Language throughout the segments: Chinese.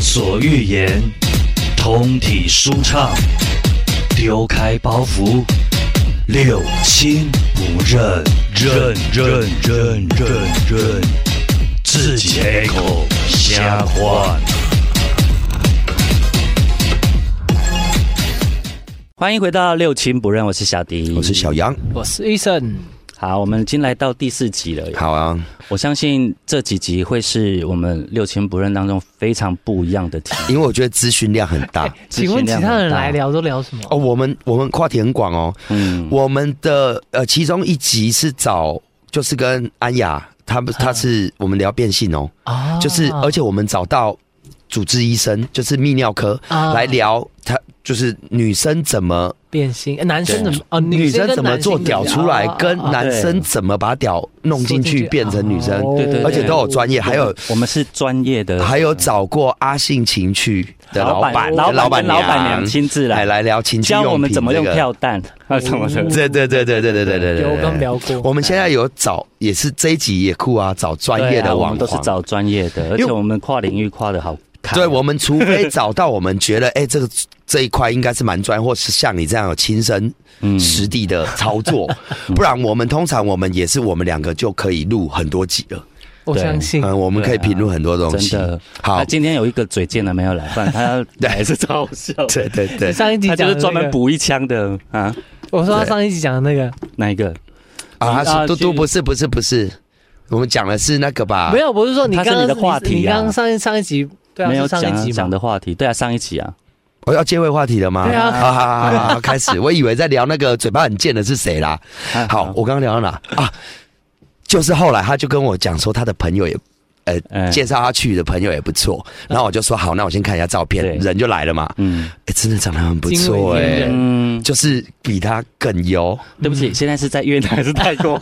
所欲言，通体舒畅，丢开包袱，六亲不认，认认认认认，自己开口瞎话。欢迎回到六亲不认，我是小迪，我是小杨。我是 Eason，好，我们已经来到第四集了。好啊，我相信这几集会是我们六亲不认当中非常不一样的题。因为我觉得资讯量很大资讯请问其量他很人大来聊都聊什么？哦。我们我们话题很广哦。 嗯，我们的呃，其中一集是找就是跟安雅，他们他是我们聊变性哦，啊就是而且我们找到主治医生，就是泌尿科啊来聊他就是女生怎么变性，呃男生怎么哦，女生跟怎么男性做的哦屌出来，跟男生怎么把屌弄进缩进去去变成女生，哦对对对而且都有专业，还有。我们是专业的，还有找过阿信情趣的老板，老老板板跟老板娘亲自来来来聊情趣教用品、我们怎么用这个跳 蛋啊什么的。对对对对对对对对对，有我刚聊过我们现在有找，也是这一集也酷啊，找专对业啊的我网们都是黄。找专业的，而因且为我们跨领域跨的好开。对，我们除非找到我们觉得，哎，这个这一块应该是蛮专业，或是像你这样有亲身嗯实地的 操作，不然我们通常我们也是我们两个就可以录很多集了。我对相信嗯，我们可以评论很多东啊真西的。好他，今天有一个嘴贱的没有来，不然他 还是超好笑。对对对，上一集他就讲是的专门那个，补一枪的啊，我说他对上一集讲的那个哪一个？啊，啊是都去都不是不是不是，我们讲的是那个吧？没有，不是说你他刚是你刚的话题啊你刚刚上一上一集对啊，没有是上一讲集讲嘛，的话题，对啊，上一集啊，我要接回话题了吗？对啊好好好好好，开始。我以为在聊那个嘴巴很贱的是谁啦。啊好，，我刚刚聊到哪啊？就是后来他就跟我讲说，他的朋友也，哎呃，介绍他去的朋友也不错。然后我就说好，那我先看一下照对片，人就来了嘛。嗯哎，真的长得很不惊为错天哎人，嗯，就是比他更优。对不起，现在是在越南还是泰 国？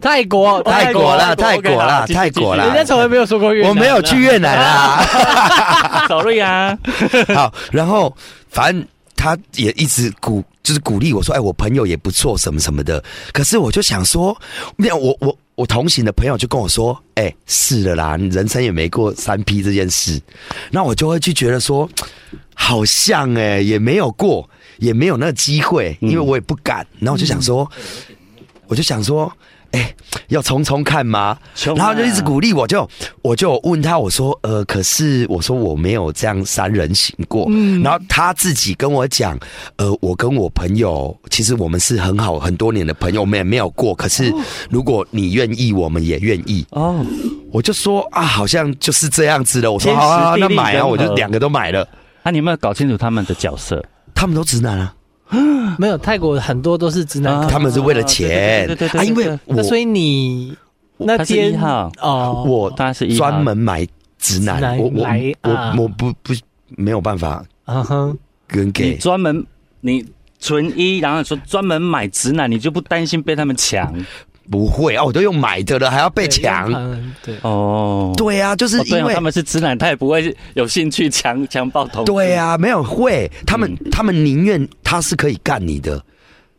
泰国泰国啦，泰国啦，泰国人啦家。从来没有说过越南啊，我没有去越南啦。 ，sorry 啊， 好，然后反正他也一直鼓，就是鼓励我说，哎，我朋友也不错，什么什么的。可是我就想说，没有，我我我同行的朋友就跟我说，哎，是的啦，你人生也没过三 P 这件事，那我就会去觉得说，好像哎、也没有过，也没有那个机会，因为我也不敢。然后我就想说，我就想说。哎、要冲冲看吗？冲啊然后就一直鼓励我就，我就问他，我说，呃，可是我说我没有这样三人行过。嗯然后他自己跟我讲，呃，我跟我朋友，其实我们是很好很多年的朋友，我们也没有过。可是如果你愿意，我们也愿意。哦，我就说啊，好像就是这样子的。我说天时好啊，好啊地那利买人啊，我就和两个都买了。那啊你有没有搞清楚他们的角色？他们都直男啊，没有泰国很多都是直男啊客，他们是为了对钱对对对对啊，因为对我那所以你那他是天一号哦，我当然是一号专门买直直男，男我我来啊我我不不没有办法嗯哼，跟你 gay。专门你纯一，然后说专门买直男，你就不担心被他们抢不会啊，我都用买的了，还要被对抢。嗯对，哦？对啊，就是哦对因哦为、他们是直男，他也不会有兴趣 强强暴同。对，啊，没有会，他们、嗯他们宁愿他是可以干你的，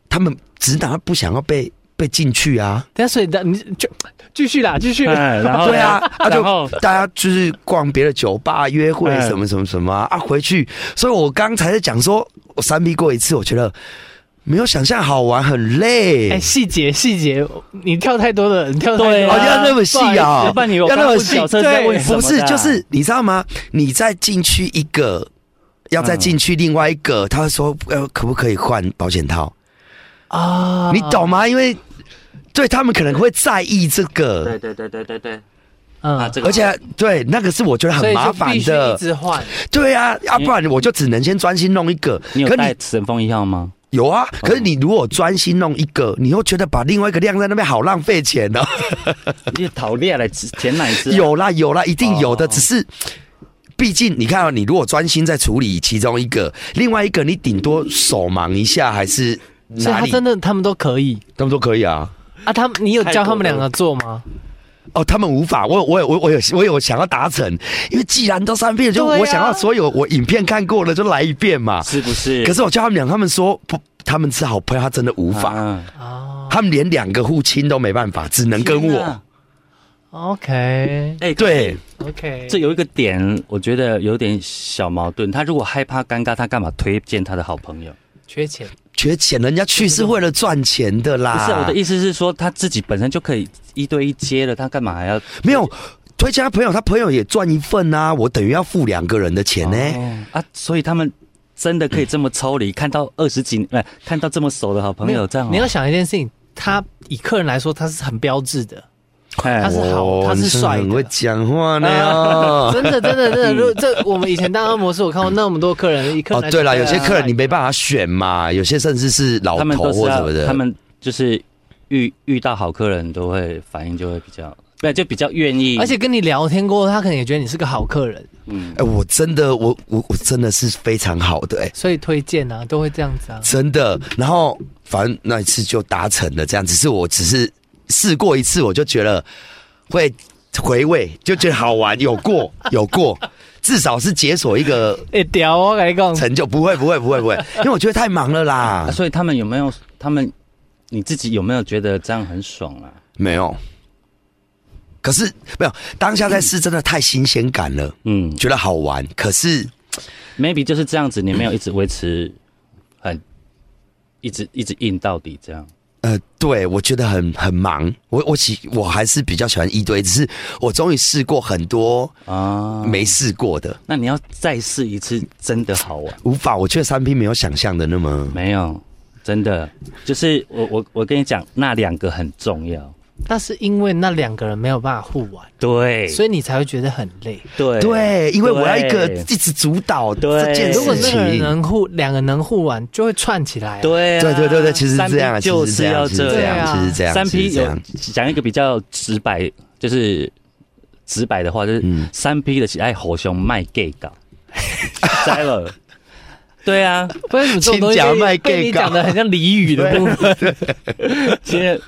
他们直男不想要被被进去啊。但所以的你就继续啦，继续。哎，然后对啊，啊然后就大家就是逛别的酒吧、约会嗯什么什么什么啊，啊回去。所以我刚才在讲说，我三 P 过一次，我觉得没有想象好玩，很累。哎，细节细节，你跳太多了，你跳太多对了啊哦，要那么细啊、要不然你有要那么看不细角色在问什么不的啊是，就是你知道吗？你再进去一个，要再进去另外一个，他会说呃，可不可以换保险套？啊！你懂吗？因为对他们可能会在意这个，对对对对对啊，嗯，这个而且对那个是我觉得所很以麻就烦必须一的。直换。对啊，要、不然我就只能先专心弄一个。你有可带你神风一号吗？有啊，可是你如果专心弄一个，你又觉得把另外一个晾在那边好浪费钱哦。你讨厌来舔奶汁啊？ 有啦有啦，一定有的，哦只是。毕竟你看、啊，你如果专心在处理其中一个，另外一个你顶多手忙一下，还是所以哪他里，真的他们都可以他们都可以啊。啊。他们你有教他们两个做吗？哦，他们无法，我我我我有我有想要达成，因为既然都三遍，就对啊我想要所有我影片看过的就来一遍嘛。是不是？可是我叫他们俩，他们说不，他们是好朋友，他真的无法，啊啊他们连两个互亲都没办法，只能跟天我。哪 OK 哎，对， OK，这有一个点，我觉得有点小矛盾。他如果害怕尴尬，他干嘛推荐他的好朋友？缺钱缺钱，人家去是为了赚钱的啦。不是、我的意思是说，他自己本身就可以一对一接了，他干嘛还要？没有推荐他朋友，他朋友也赚一份啊，我等于要付两个人的钱呢、哦啊，所以他们真的可以这么抽离，看嗯到二十几，不、是看到这么熟的好朋没友有这样哦、你要想一件事情，他以客人来说，他是很标志的，哎他是好哦他是你真的帅的很会讲话 呢、哦真的真的真的，如 果这我们以前当按摩师，我看过那么多客人，一客哦人，来啊哎对了，说有些客人你没办法选嘛，有些甚至是老他们头都是或什么要，的。他们就是遇遇到好客人都会反应就会比较，对，就比较愿意，而且跟你聊天过后，他可能也觉得你是个好客人，嗯哎、，我真的，我我我真的是非常好的、哎，所以推荐啊，都会这样子啊。真的。然后反正那一次就达成了，这样。只是我只是试过一次，我就觉得会回味，就觉得好玩，有过 有过，至少是解锁一个哎、屌哦，我跟你讲，成就。不会不会不会不会，因为我觉得太忙了啦啊、。所以他们有没有他们你自己有没有觉得这样很爽啊？没有。可是没有当下在试，真的太新鲜感了，嗯觉得好玩。可是，maybe 就是这样子，你没有一直维持很一直一直硬到底这样。呃，对我觉得很很忙。我我喜我还是比较喜欢一对一，只是我终于试过很多啊，没试过的。那你要再试一次，真的好玩。无法，我觉得三 P 没有想象的那么没有，真的就是我我我跟你讲，那两个很重要。那是因为那两个人没有办法互玩，对，所以你才会觉得很累。对对，因为我要一个对一直主导对这件如果事那个人情。能互，两个能互玩，就会串起来、啊。，对啊对对对对，其实是这样，三 P 其就实是这是要这样，其实是这样样，对啊其实是这样，三其实 P 是这有样。讲一个比较直白，就是直白的话，就是嗯三 P 的喜爱火熊卖 gay 搞， 栽了。对啊，不然你这种东西亲家卖被被 gay 你搞讲的很像俚语的部分。现在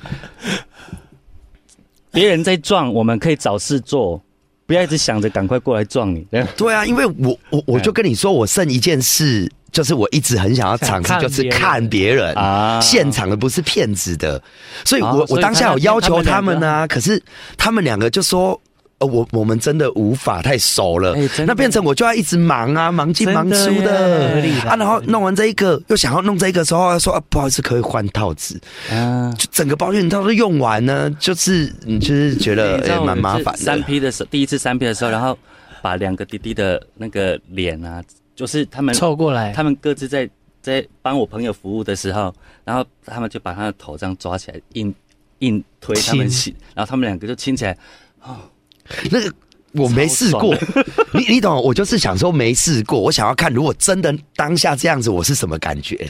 别人在撞，我们可以找事做，不要一直想着赶快过来撞 你。对啊，因为我我哎我就跟你说，我剩一件事，就是我一直很想要尝试想，看就是别人看别人啊现场的，不是骗子的。所以哦所我以我当下有要求他他们们两啊，可是他们两个就说。呃，我我们真的无法太熟了哎真的，那变成我就要一直忙啊，忙进忙出真的耶合的理啦啊，然后弄完这一个，又想要弄这一个时候，说啊不好意思，可以换套子，啊，就整个保险套都用完呢，就是你就是觉得哎蛮麻烦三的， P 的时候，第一次三 P 的时候，然后把两个弟弟的那个脸啊，就是他们凑过来，他们各自在在帮我朋友服务的时候，然后他们就把他的头这样抓起来，硬硬推他们亲嗯亲，然后他们两个就亲起来。那个我没试过， 你你懂，我就是想说没试过，我想要看如果真的当下这样子，我是什么感 觉？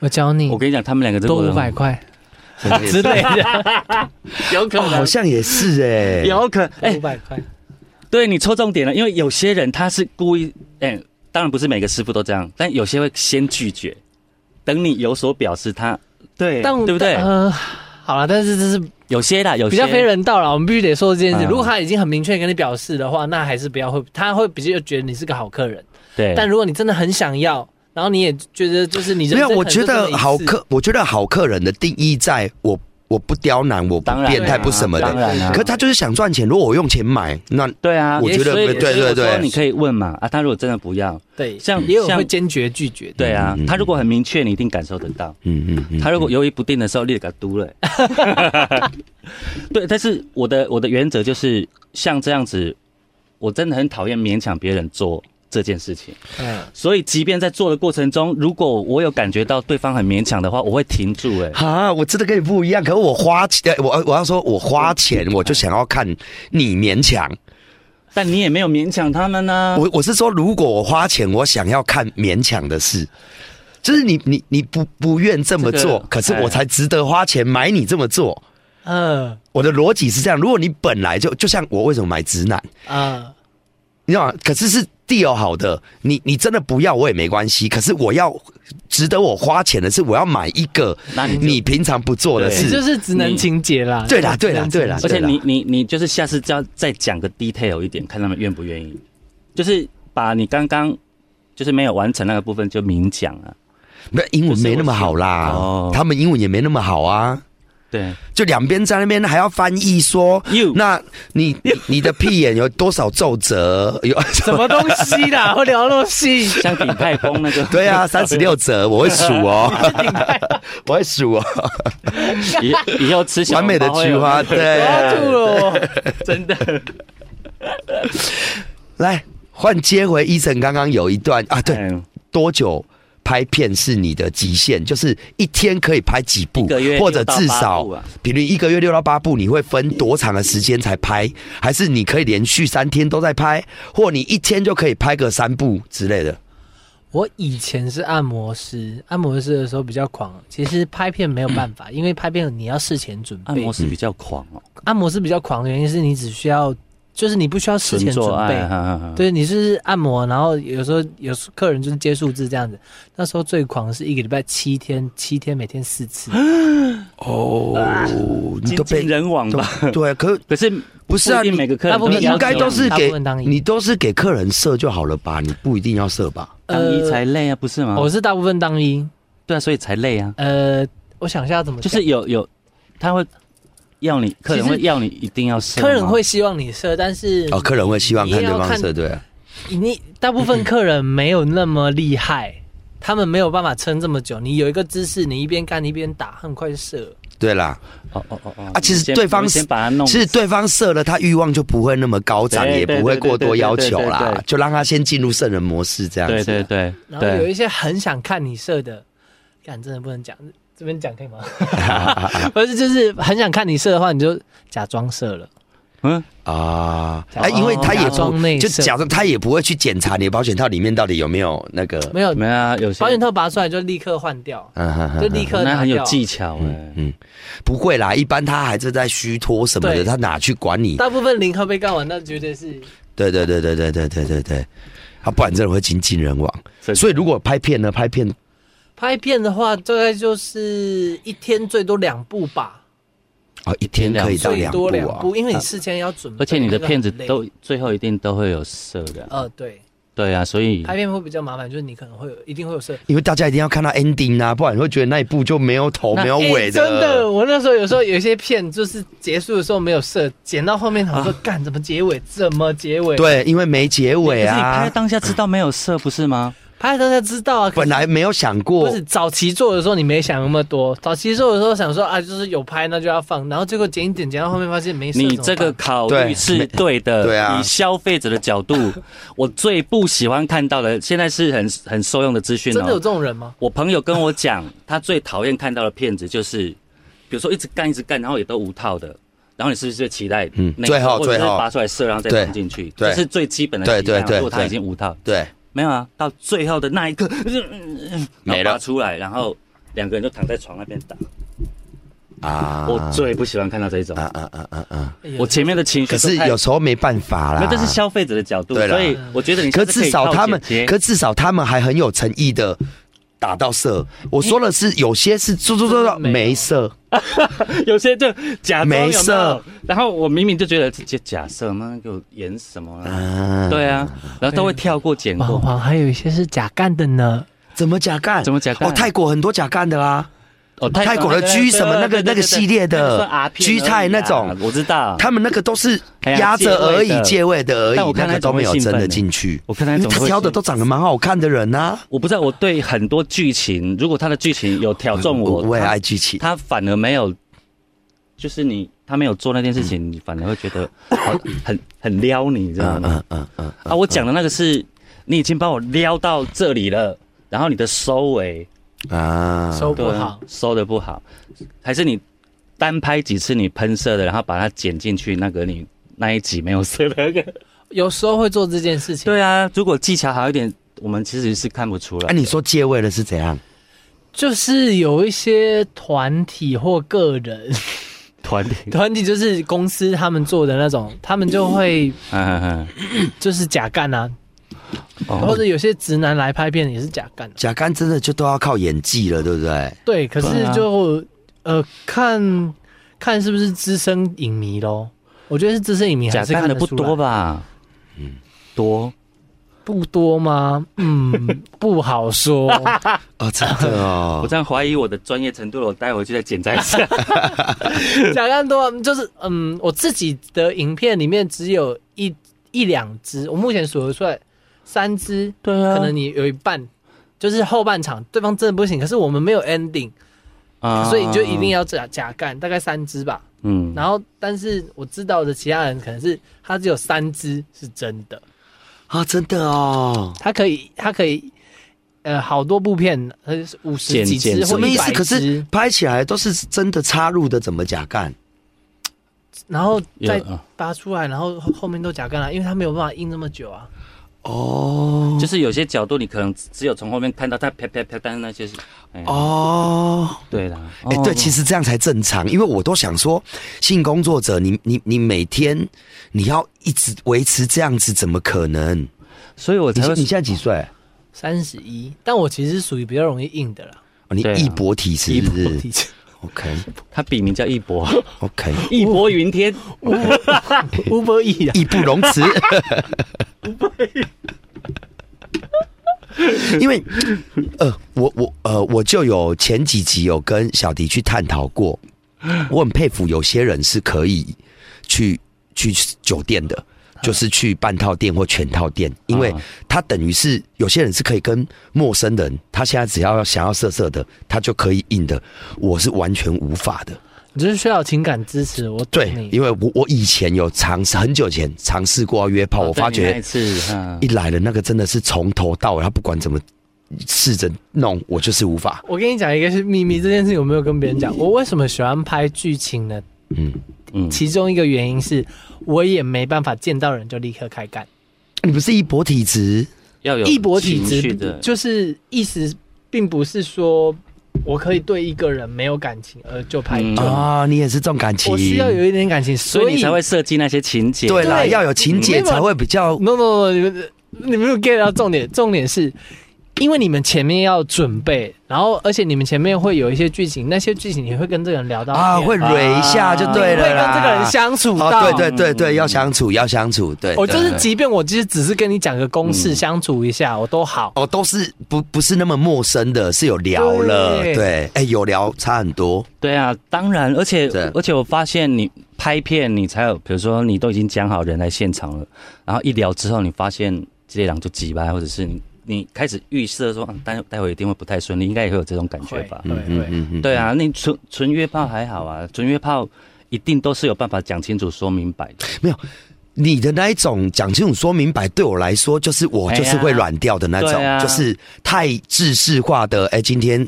我教你我，跟你讲，他们两个真的多五百块之真的类的， 有可哦，好像也是哎、有可哎五，百块。对你抽重点了，因为有些人他是故意，哎，当然不是每个师傅都这样，但有些会先拒绝，等你有所表示他，对，但我对不对？呃，好了，但是这是有些啦，有些比较非人道了，我们必须得说这件事。嗯如果他已经很明确地跟你表示的话，那还是不要会，他会比较觉得你是个好客人。对，但如果你真的很想要，然后你也觉得就是你人没有，生我可能觉就这么得一次好客，我觉得好客人的定义在我我不刁难，我不当然变态，对啊不什么当的。然啊，可他就是想赚钱，如果我用钱买，那嗯对啊，我也觉得所以对对所以我对说对你可以问嘛啊，他如果真的不要，对，像也有像会坚决拒绝的。对啊嗯嗯，嗯他如果很明确，你一定感受得到。嗯嗯嗯他如果犹豫不定的时候，你也给他嘟了、 对，但是我的我的原则就是像这样子，我真的很讨厌勉强别人做这件事情。嗯，所以，即便在做的过程中，如果我有感觉到对方很勉强的话，我会停住、哎，啊，我真的跟你不一样。可是我花钱，我我要说，我花钱，我就想要看你勉强。但你也没有勉强他们呢、我我是说，如果我花钱，我想要看勉强的事，就是你你你不不愿这么这个做，可是我哎才值得花钱买你这么做。嗯我的逻辑是这样：如果你本来就就像我为什么买直男，啊，你知道吗？可是是 deal 好的，你你真的不要我也没关系。可是我要值得我花钱的是，我要买一个那你就你平常不做的对这就事。是职能情节啦。对啦，对啦，对啦，而且对啦你你你就是下次要再讲个 detail 一点，看他们愿不愿意，就是把你刚刚就是没有完成那个部分就明讲啊。没有英文没那么好就是我啦哦，他们英文也没那么好啊。对，就两边在那边还要翻译说 You 那你你你的屁眼有多少皱褶？ 有，什么东西 啦？会聊那么细？像鼎泰丰那个 对啊，三十六折，我会数哦， 我会数哦，以以后吃小完美的笼包会菊有花，那个我对， 要吐了我！真的，来换接回医生刚刚有一段啊，对，嗯多久拍片是你的极限？就是一天可以拍几一部个，月或者至六到八少部啊比如一个月六到八部，你会分多长的时间才拍？还是你可以连续三天都在拍，或你一天就可以拍个三部之类的？ 我以前是按摩师，按摩师的时候比较狂。其实拍片没有办 法，因为拍片你要事前准备。按摩师比较狂哦，按摩师比较狂的原因是你只需要，就是你不需要事前准做备爱，。哈哈哈对，你就是按摩，然后有时候有时候客人就是接数字这样子。那时候最狂是一个礼拜七天，七天每天四次，哦，你精都尽被啊人亡吧。对，可可是不是啊不一定你每个客大人部分你要应该求都是大给部分当一你都是给客人设就好了吧？你不一定要设吧？当一才累啊，不是吗？哦我是大部分当一。对啊，所以才累啊，呃，我想一下怎么就讲，是有有他会要你，客人其实会要你一定要射吗，客人会希望你射，但是哦，客人会希望看你对也要方看设对啊。你大部分客人没有那么厉嗯害，他们没有办法撑这么久。你有一个姿势，你一边干一边打，很快就射了。对啦，哦哦哦哦啊其实你先对方你先把他弄，其实对方射了，他欲望就不会那么高涨，对也不会过多要求对对对对对啦对，就让他先进入圣人模式这样对子。对对然后有对，一些很想看你射的，干真的不能讲，这边讲可以吗？ 不是，就是很想看你射的话，你就假装射了。嗯，啊，假哎，因为他也假不装内就射假装他也不会去检查你的保险套里面到底有没有那个，没有，没有啊，有些保险套拔出来就立刻换掉，嗯哼哼就立刻那拿很有掉。技巧哎，嗯，不会啦，一般他还是在虚脱什么的，对他哪去管你？大部分零和被干完，那绝对是对对对对对对对对对，他不然真的会精尽人亡。真的所以如果拍片呢，拍片拍片的话，大概就是一天最多两部吧，哦，一天可以到最两多两部啊部，因为你事先要准备。而且你的片子那个很累都最后一定都会有射的哦啊，呃对，对啊，所以拍片会比较麻烦，就是你可能会有一定会有射啊，。因为大家一定要看到 ending 啊，不然你会觉得那一部就没有头那没有尾诶欸真的，我那时候有时候有一些片就是结束的时候没有射，剪到后面想说干怎么结尾，怎么结尾？，对，因为没结尾可是你啊拍，当下知道没有射不是吗？拍的时候才知道啊，可是本来没有想不过是早期做的时候你没想那么多，早期做的时候想说啊就是有拍那就要放，然后结果剪一剪剪到后面发现没射。你怎么这办个考对虑是对的，对啊以消费者的角 度，我最不喜欢看到的，现在是很很受用的资讯真的有哦这。种人吗？我朋友跟我讲，他最讨厌看到的片子就是，比如说一直干一直干，然后也都无套的，然后你是不是最期待那嗯个？最后或者是最后拔出来射，然后对再放进去，对这是最基本的期对待对嘛。对如果他对已经无套，对，没有啊，到最后的那一刻，嗯 没了然后拔出来，然后两个人就躺在床那边打。啊，我最不喜欢看到这一种，啊啊啊啊啊！哎我前面的情绪可都是太有时候没办法啦那，这是消费者的角度，对啦所以我觉得你可下次至少靠他们姐，姐可至少他们还很有诚意的打到射。我说的是有些是做做做做没有没射，有些就假装没有有色，然后我明明就觉得这假设，妈给我演什么啊？啊，哦对啊，然后都会跳过剪网过，黄还有一些是假干的呢，怎么假干？怎么假干哦，泰国很多假干的啊啦，哦，泰国的 G 什么那个那个系列的 G 泰那种，啊我知道。他们那个都是啊哎呀压着而已借位，的借位的而但已我，看那个那都种没会有真兴的奋进去。我看那因为种他会挑的都长得蛮好看的人啊呐、我不知道，我对很多剧情，如果他的剧情有挑中我我，我也他爱剧情。他反而没有，就是你他没有做那件事情，你反而会觉得 好很很撩你，你知道嗯吗？嗯嗯嗯，啊，我讲的那个是你已经把我撩到这里了，然后你的收尾嗯啊，收不对好。收的不好，还是你单拍几次你喷射的，然后把它剪进去那个你那一集没有射的那 个？有时候会做这件事情。对啊，如果技巧好一点，我们其实是看不出哎、来。你说借位的是怎样？就是有一些团体或个 人，团 体，团体就是公司他们做的那种，他们就会嗯嗯就是假干啊，嗯，或哦，者有些直男来拍片也是假干、啊。假干真的就都要靠演技了，对不对？对，可对是啊就、呃看看是不是资深影迷咯。我觉得是资深影迷还假是看看的得不出来多？吧？嗯，多。不多吗？嗯，不好 说。哦，真的我哦，这样怀疑我的专业程度了，我待回去再检查一下。讲更多就是，嗯，我自己的影片里面只有一一两只，我目前数得出来三只，对可能你有一半就是后半场对方真的不行，可是我们没有 ending， 啊所以你就一定要假假干，大概三只吧。嗯，然后，但是我知道的其他人可能是他只有三只是真的， 啊，真的哦，他可以他可以呃好多部片，呃五十几剪剪只或什么意一百思？可是只，拍起来都是真的插入的，怎么假干？然后再有啊拔出来，然后后后面都假干了，因为他没有办法印那么久啊。哦就是有些角度你可能只有从后面看到它啪啪啪，但是那些是哎哦，对啦，哎、哦对，其实这样才正常，因为我都想说，性工作者，你你你每天你要一直维持这样子，怎么可能？哦所以我你才会你现在几岁？三十一，但我其实是属于比较容易硬的啦。哦你对啊义薄体是 不是？OK 他笔名叫义博， OK，义薄云天，乌波 义啊，义不容辞。因为，呃，我我呃，我就有前几集有跟小迪去探讨过，我很佩服有些人是可以去去酒店的，就是去半套店或全套店，因为啊他等于是有些人是可以跟陌生人，他现在只要想要色色的，他就可以硬的，我是完全无法的。你就是需要情感支持，我懂对，你。因为我我以前有尝试，很久以前尝试过要约啊炮，我发对你觉那一次，哈一来了那个真的是从头到尾，他不管怎么试着弄，我就是无法。我跟你讲一个是秘密，这件事情我没有跟别人讲。我为什么喜欢拍剧情呢？嗯，嗯，其中一个原因是我也没办法见到人就立刻开干。嗯你不是一博体质要有一博体情绪的质，就是意思并不是说我可以对一个人没有感情而就拍嗯就。啊，你也是重感情，我需要有一点感情，所所以你才会设计那些情节，对啦，对要有情节没有才会比较 no no no，你们你们没有 get 到重点，重点是。因为你们前面要准备，然后而且你们前面会有一些剧情，那些剧情你会跟这个人聊到啊，天会蕊一下就对会了跟啦。这个人相处到。哦，对对对对，嗯要相处，要相处，对。我对就是，对即便我其实只是跟你讲个公式，嗯相处一下，我都好。哦，都是不不是那么陌生的，是有聊了，对对，哎，有聊差很多，对啊，当然，而且对而且我发现你拍片，你才有，比如说你都已经讲好人来现场了，然后一聊之后，你发现这两就急吧，或者是你你开始预设说，嗯待待会一定会不太顺利，应该也会有这种感觉吧？对对嗯嗯对啊，那你纯纯约炮还好啊，纯约炮一定都是有办法讲清楚、说明白的。你的那一种讲清楚说明白，对我来说就是我哎呀就是会软掉的那种，对啊就是太制式化的。哎、今天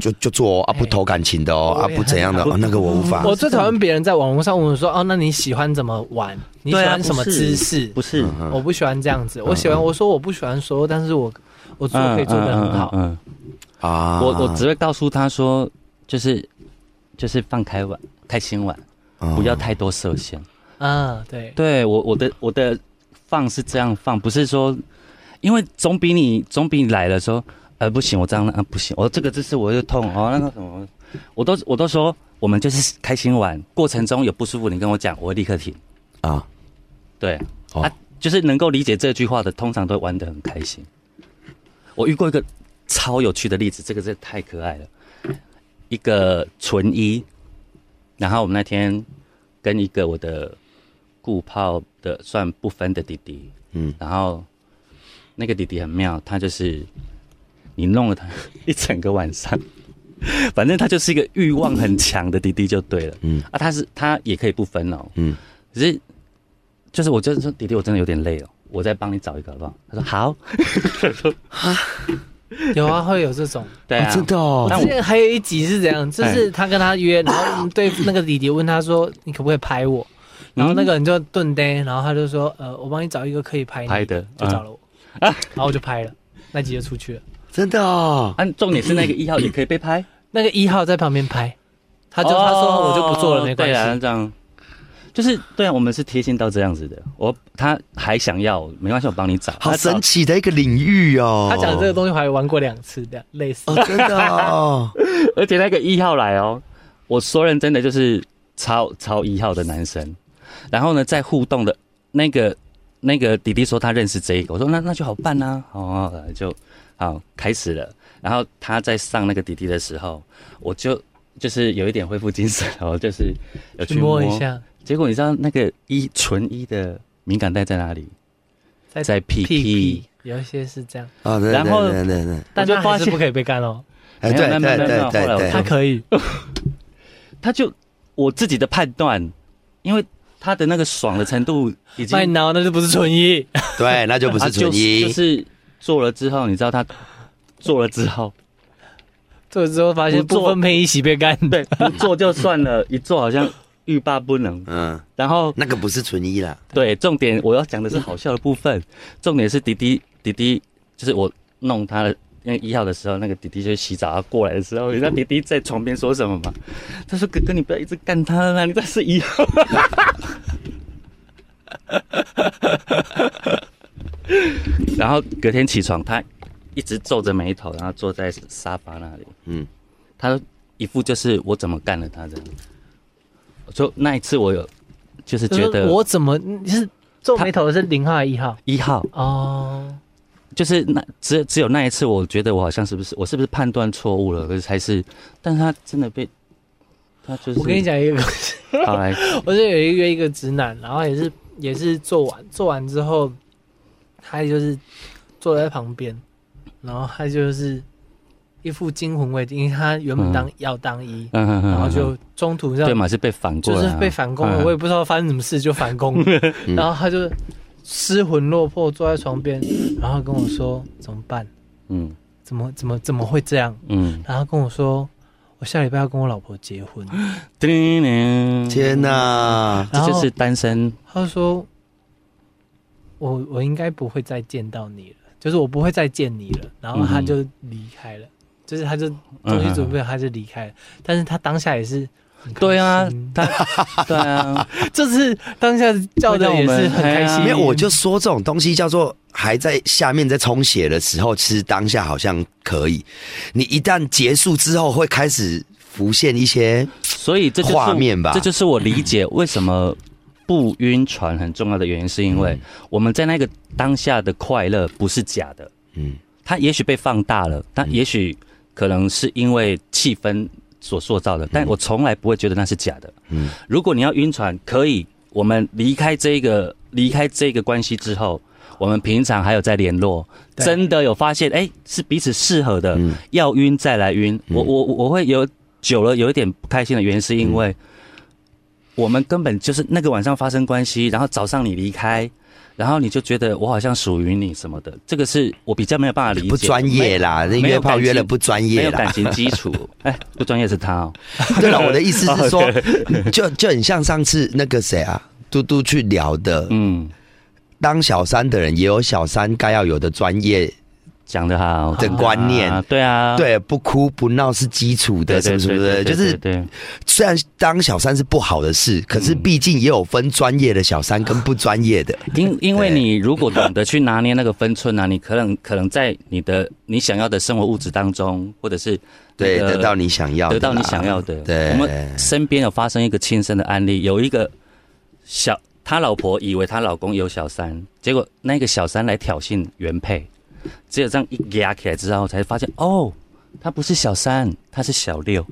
就就做哦啊，哎不投感情的哦，啊我也不怎样的很哦，那个我无法。我最讨厌别人在网络上问我说：“哦，那你喜欢怎么玩？你喜对啊欢什么不是姿势？”不是，嗯我不喜欢这样子，我喜欢我说我不喜欢说，但是我我做可以做的很好。嗯，嗯嗯啊，我我只会告诉他说，就是就是放开玩，开心玩，哦不要太多设限。嗯，对，对我我的我的放是这样放，不是说，因为总比你总比你来了说，呃不行，我这样啊不行，我这个姿势我又痛哦，那个什么，我都我都说我们就是开心玩，过程中有不舒服你跟我讲，我会立刻停。啊，对，哦啊就是能够理解这句话的，通常都玩得很开心。我遇过一个超有趣的例子，这个真的太可爱了，一个纯一，然后我们那天跟一个我的顾炮的算不分的弟弟，嗯嗯，然后那个弟弟很妙，他就是你弄了他一整个晚上， 反正他就是一个欲望很强的弟弟就对了，嗯嗯啊，他是他也可以不分哦，嗯嗯，可是就是我就是说弟弟我真的有点累了，哦我再帮你找一个好不好？嗯他说哦好，有啊，会有这种。对啊，啊真的我哦但，之前还有一集是怎哎样，就是他跟他约，然后对那个弟弟问他说：“你可不可以拍我？”嗯然后那个人就顿呆，然后他就说：“呃，我帮你找一个可以拍你拍的嗯啊就找了我，然后我就拍了，那集就出去了。真的哦，啊，重点是那个一号也可以被拍，那个一号在旁边拍， 他他就他说我就不做了，没关对啊，系。这样就是对啊，我们是贴心到这样子的。我他还想要，没关系，我帮你找。好他找哦神奇的一个领域哦。他讲这个东西我还玩过两次的，类似。哦，真的哦，而且那个一号来哦，我说认真的就是超超一号的男生，然后呢，在互动的那个那个弟弟说他认识这一个，我说那那就好办啦、哦，就好开始了。然后他在上那个弟弟的时候，我就就是有一点恢复精神哦，就是有去去摸一下，结果你知道那个一纯一的敏感带在哪里？在在屁屁屁屁，有一些是这样，啊，对对然后对对对，但就他发还是现哎不可以被干哦，哎，没有对没有没对有没有后来对对我对，他可 以，他就我自己的判断，因为他的那个爽的程度已经卖挠那就不是 纯一，对，那就不啊是就是纯一就，是做了之后，你知道他 做了之后，做了之后发现不做不分配一起被干，对，不做就算了，一做好像欲罢不能。嗯，然后那个不是纯一啦，对，重点我要讲的是好笑的部分，重点是迪迪迪迪，就是我弄他的那个一号的时候，那个迪迪就洗澡要过来的时候，你知道迪迪在床边说什么吗？他说：“哥哥，你不要一直干他啦，你这是一号。” 然后隔天起床，他一直皱着眉头，然后坐在沙发那里。嗯，他一副就是我怎么干了他这样。就那一次，我有就是觉就是得我怎么你是皱眉头的是零号还是一号？一号哦，就是那只只有那一次，我觉得我好像是不是我是不是判断错误了，可是还是，但是他真的被他就是我跟你，讲一个故 事，好来，我就有一约一个直男，然后也是也是做完做完之后，他就是坐在旁边，然后他就是一副惊魂未定，因为他原本当、要当一，嗯嗯嗯，然后嗯就中途让对嘛是被反过来就是啊，被反攻了，嗯我也不知道发生什么事就反 攻了，然后他就失魂落魄坐在床边，然后跟我说怎么办？嗯怎么怎么怎么会这样？嗯，然后跟我说我下礼拜要跟我老婆结婚，叮铃，天哪，这然就后是单身，他就说我我应该不会再见到你了，就是我不会再见你了。然后他就离开了，就是他就东西准备好他就离开了，但是他当下也是。 对啊嗯，他对啊，就是当下叫的也是很开心，嗯没有，我就说这种东西叫做还在下面在充血的时候，其实当下好像可以，你一旦结束之后会开始浮现一些，所以这就是画面吧这就是我理解为什么不晕船很重要的原因，是因为我们在那个当下的快乐不是假的。嗯，它也许被放大了，但也许可能是因为气氛所塑造的，但我从来不会觉得那是假的。嗯嗯，如果你要晕船，可以，我们离开这个离开这个关系之后，我们平常还有在联络，对真的有发现，哎、是彼此适合的，嗯要晕再来晕。我我我我会有久了有一点不开心的原因，是因嗯为我们根本就是那个晚上发生关系，然后早上你离开。然后你就觉得我好像属于你什么的，这个是我比较没有办法理解的。不专业啦，那没有约炮感情约了不专没业有啦感。情基础。哎，不专业是他哦。 对了，我的意思 是说，就就很像上次那个谁啊，嘟嘟去聊的，嗯，当小三的人也有小三该要有的专业，讲得好。的观念啊对啊，对，不哭不闹是基础对的，什么对什么对的，对对就是对，对虽然当小三是不好的事，可嗯是毕竟也有分专业的小三跟不专业的。因因为你如果懂得去拿捏那个分寸啊，你 可能可能在你的你想要的生活物质当中，或者是那对，个得到你想要的得啦，到你想要的。对我们身边有发生一个亲身的案例，有一个小他老婆以为她老公有小三，结果那个小三来挑衅原配，只有这样一压起来之后，才发现哦，他不是小三，他是小六，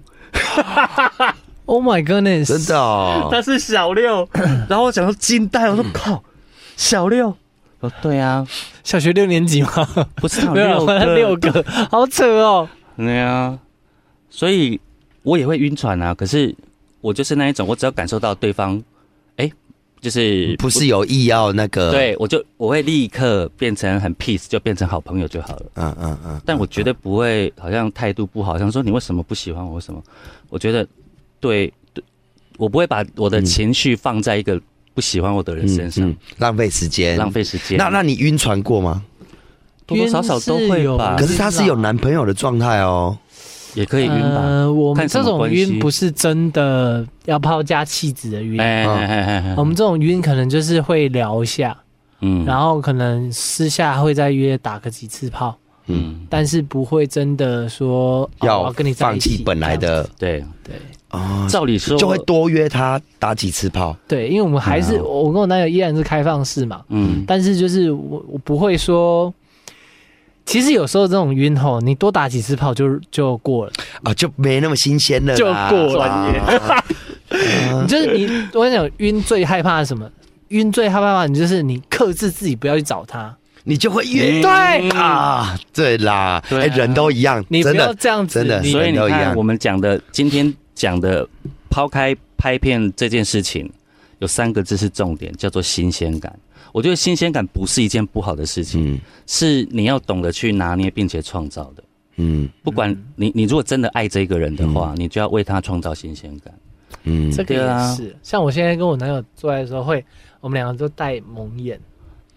Oh my goodness，真的哦，他是小 六。然后我讲到惊呆，我说靠，小六。嗯哦，对啊，小学六年级吗？不是没啊六有啦，个，六个，好扯哦。对啊，所以我也会晕船啊。可是我就是那一种，我只要感受到对方，哎、就是不是有意要那个，，对，我就我会立刻变成很 peace，就变成好朋友就好了。嗯嗯嗯，但我绝对不会好像态度不好，好像说你为什么不喜欢我为什么？我觉得对对，我不会把我的情绪放在一个不喜欢我的人身上，嗯，浪费时间，浪。费时间。那那你晕船过吗？多多少少都晕是会有吧啊可，是他是有男朋友的状态哦，也可以晕吧。呃，我们看什这么种关系晕不是真的要抛家弃子的晕，哎哎哎哎呃嗯嗯我哎，们这种晕可能就是会聊一下，嗯然后可能私下会再约打个几次炮，嗯，但是不会真的说、哦、我要跟你在放一起弃本来这样的对，对，啊，照理说就会，多约他打几次炮。对，因为我们还是、嗯我跟我男友依然是开放式嘛，嗯，但是就是我我不会说，其实有时候这种晕吼，你多打几次炮就就过了， 啊，就没那么新鲜了啦，啊就过了了。你就是你，我跟你讲，晕最害怕的是什么？晕最害怕的你就是你克制自己不要去找他，你就会越对啊，对啦，嗯对啊哎，人都一样，你不真要的这样子，真的你所以你人都一看样我们讲的今天讲的，抛开拍片这件事情，有三个字是重点，叫做新鲜感。我觉得新鲜感不是一件不好的事情，嗯是你要懂得去拿捏并且创造的。嗯不管你你如果真的爱这个人的话，你就要为他创造新鲜感。嗯，这个对啊也是。像我现在跟我男友做爱的时候会，我们两个都戴蒙眼，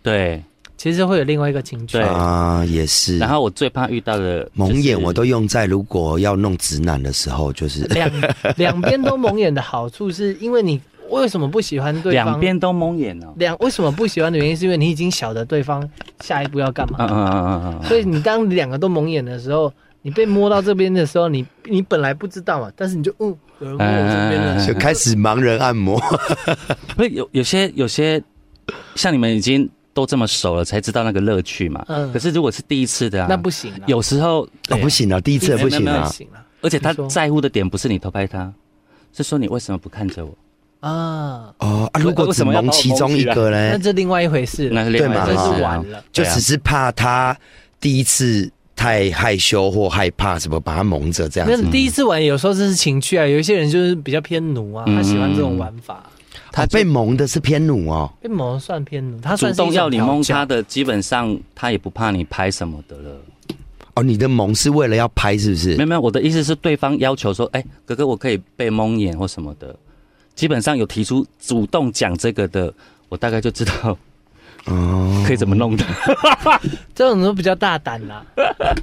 对，其实会有另外一个情趣对。啊也是。然后我最怕遇到的、就是、蒙眼我都用在如果要弄直男的时候，嗯 就是 两两边都蒙眼的好处是因为你为什么不喜欢对方？两边都蒙眼哦。两为什么不喜欢的原因是因为你已经晓得对方下一步要干嘛，嗯嗯嗯嗯嗯嗯，所以你当你两个都蒙眼的时候，你被摸到这边的时候，你你本来不知道嘛，但是你就嗯，有人摸我这嗯边嗯嗯啊了，就开始盲人按摩。不是有有些有些像你们已经都这么熟了，才知道那个乐趣嘛。嗯可是如果是第一次的啊，那不行啦，有时候哦，不，行啊，第一次也不行没有没有不啊。行了而且他你说在乎的点不是你偷拍他，是说你为什么不看着我？啊，哦，啊，为如果为只什么要蒙其中一个那呢，这另外一回事哎那是了，另外一对嘛回这事啊是完了，就对啊只是怕他第一次太害羞或害怕什么，把他蒙着这样那子。第一次玩有时候这是情趣啊，有一些人就是比较偏奴啊，嗯他喜欢这种玩法，他哦被蒙的是偏奴哦，被蒙算偏奴，他主算是一动要你种蒙调教他的，基本上他也不怕你拍什么的了。哦，你的蒙是为了要拍是不没是？有没有，我的意思是对方要求说，哎、哥哥，我可以被蒙眼或什么的。基本上有提出主动讲这个的，我大概就知道哦，可以怎么弄的。这种都比较大胆 啦，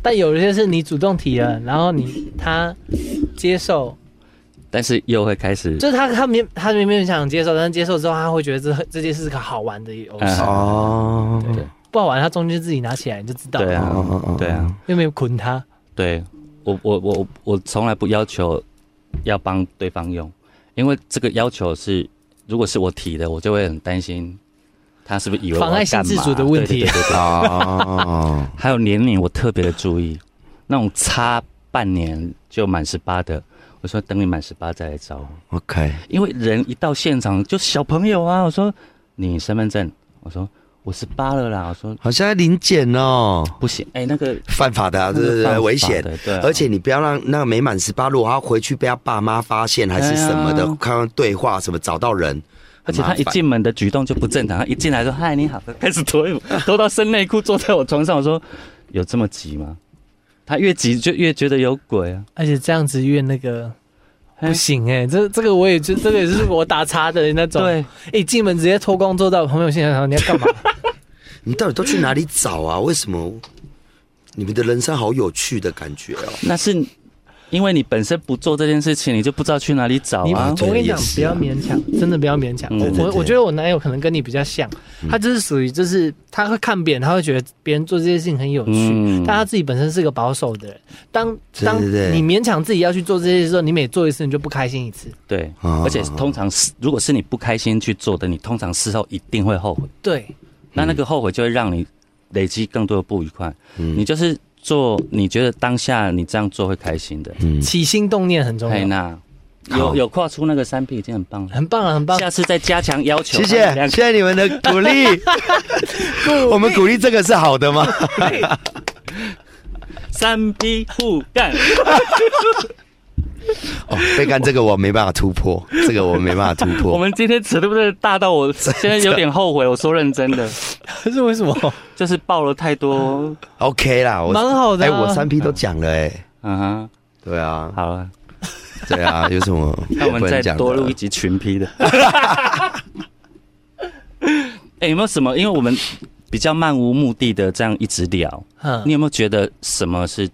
但有一些是你主动提了，然后你他接受，但是又会开始，就是他他没他没勉想接受，但是接受之后他会觉得这这件事是个好玩的游戏，嗯哦，对不好玩他中间自己拿起来你就知道，对哦啊，哦嗯哦对啊，又没有捆他，对我我我我从来不要求要帮对方用，因为这个要求是，如果是我提的，我就会很担心他是不是以为我妨碍要性干自嘛主的问对题对对对对哦，还有年龄，我特别的注意，那种差半年就满十八的，我说等你满十八再来找我， OK，因为人一到现场就小朋友啊，我说你身份证，我说我十八了啦，我说好像在临检哦，不行，哎、那个犯法的、啊，对对那个对，犯危法险。的对啊而且你不要让那个没满十八路，然后回去被他爸妈发现还是什么的哎呀，看看对话什么找到人，而且他很麻一烦进门的举动就不正常，他一进来说嗨你好，开始脱衣 服，脱到身内裤坐在我床上，我说有这么急吗？他越急就越觉得有鬼啊！而且这样子越那个。哎不行哎、这这个我也就这个也是我打叉的那种。对，一进门直接脱光坐在我旁边，我心想说你要 干嘛？你到底都去哪里找啊？为什么你们的人生好有趣的感觉哦？那是因为你本身不做这件事情，你就不知道去哪里找你啊。对我跟你也讲，是不要勉强，真的不要勉强。嗯我对对我对我觉得我男友可能跟你比较像，啊他就是属于就是他会看别人，他会觉得别人做这些事情很有趣，嗯但他自己本身是个保守的人。当对当对对你勉强自己要去做这些事的时候，你每做一次你就不开心一次。对，啊而且通常是如果是你不开心去做的，你通常事后一定会后悔。嗯对，那那个后悔就会让你累积更多的不愉快。嗯你就是做你觉得当下你这样做会开心的。嗯，起心动念很重海要，娜，好有有跨出那个三 P 已经很棒了，很棒啊，很棒。下次再加强要求。谢谢他们两，个谢谢你们的鼓励。 我们鼓励这个是好的吗？三 P 互干。哦，被干这个我没办法突破，这个我没办法突破。我们今天尺度真的大到我 现在有点后悔。我说认真 的，可是为什么？就是爆了太多。 OK 啦，我 蛮好的哎、啊我三 P 都讲了、哎，嗯哼，对啊，好了，对啊，有什么 那我不们再能讲的啊多录一集群批的。 哎、有没有什么？因为我们比较漫无目的的这样一直聊，你嗯，有没有觉得什么是，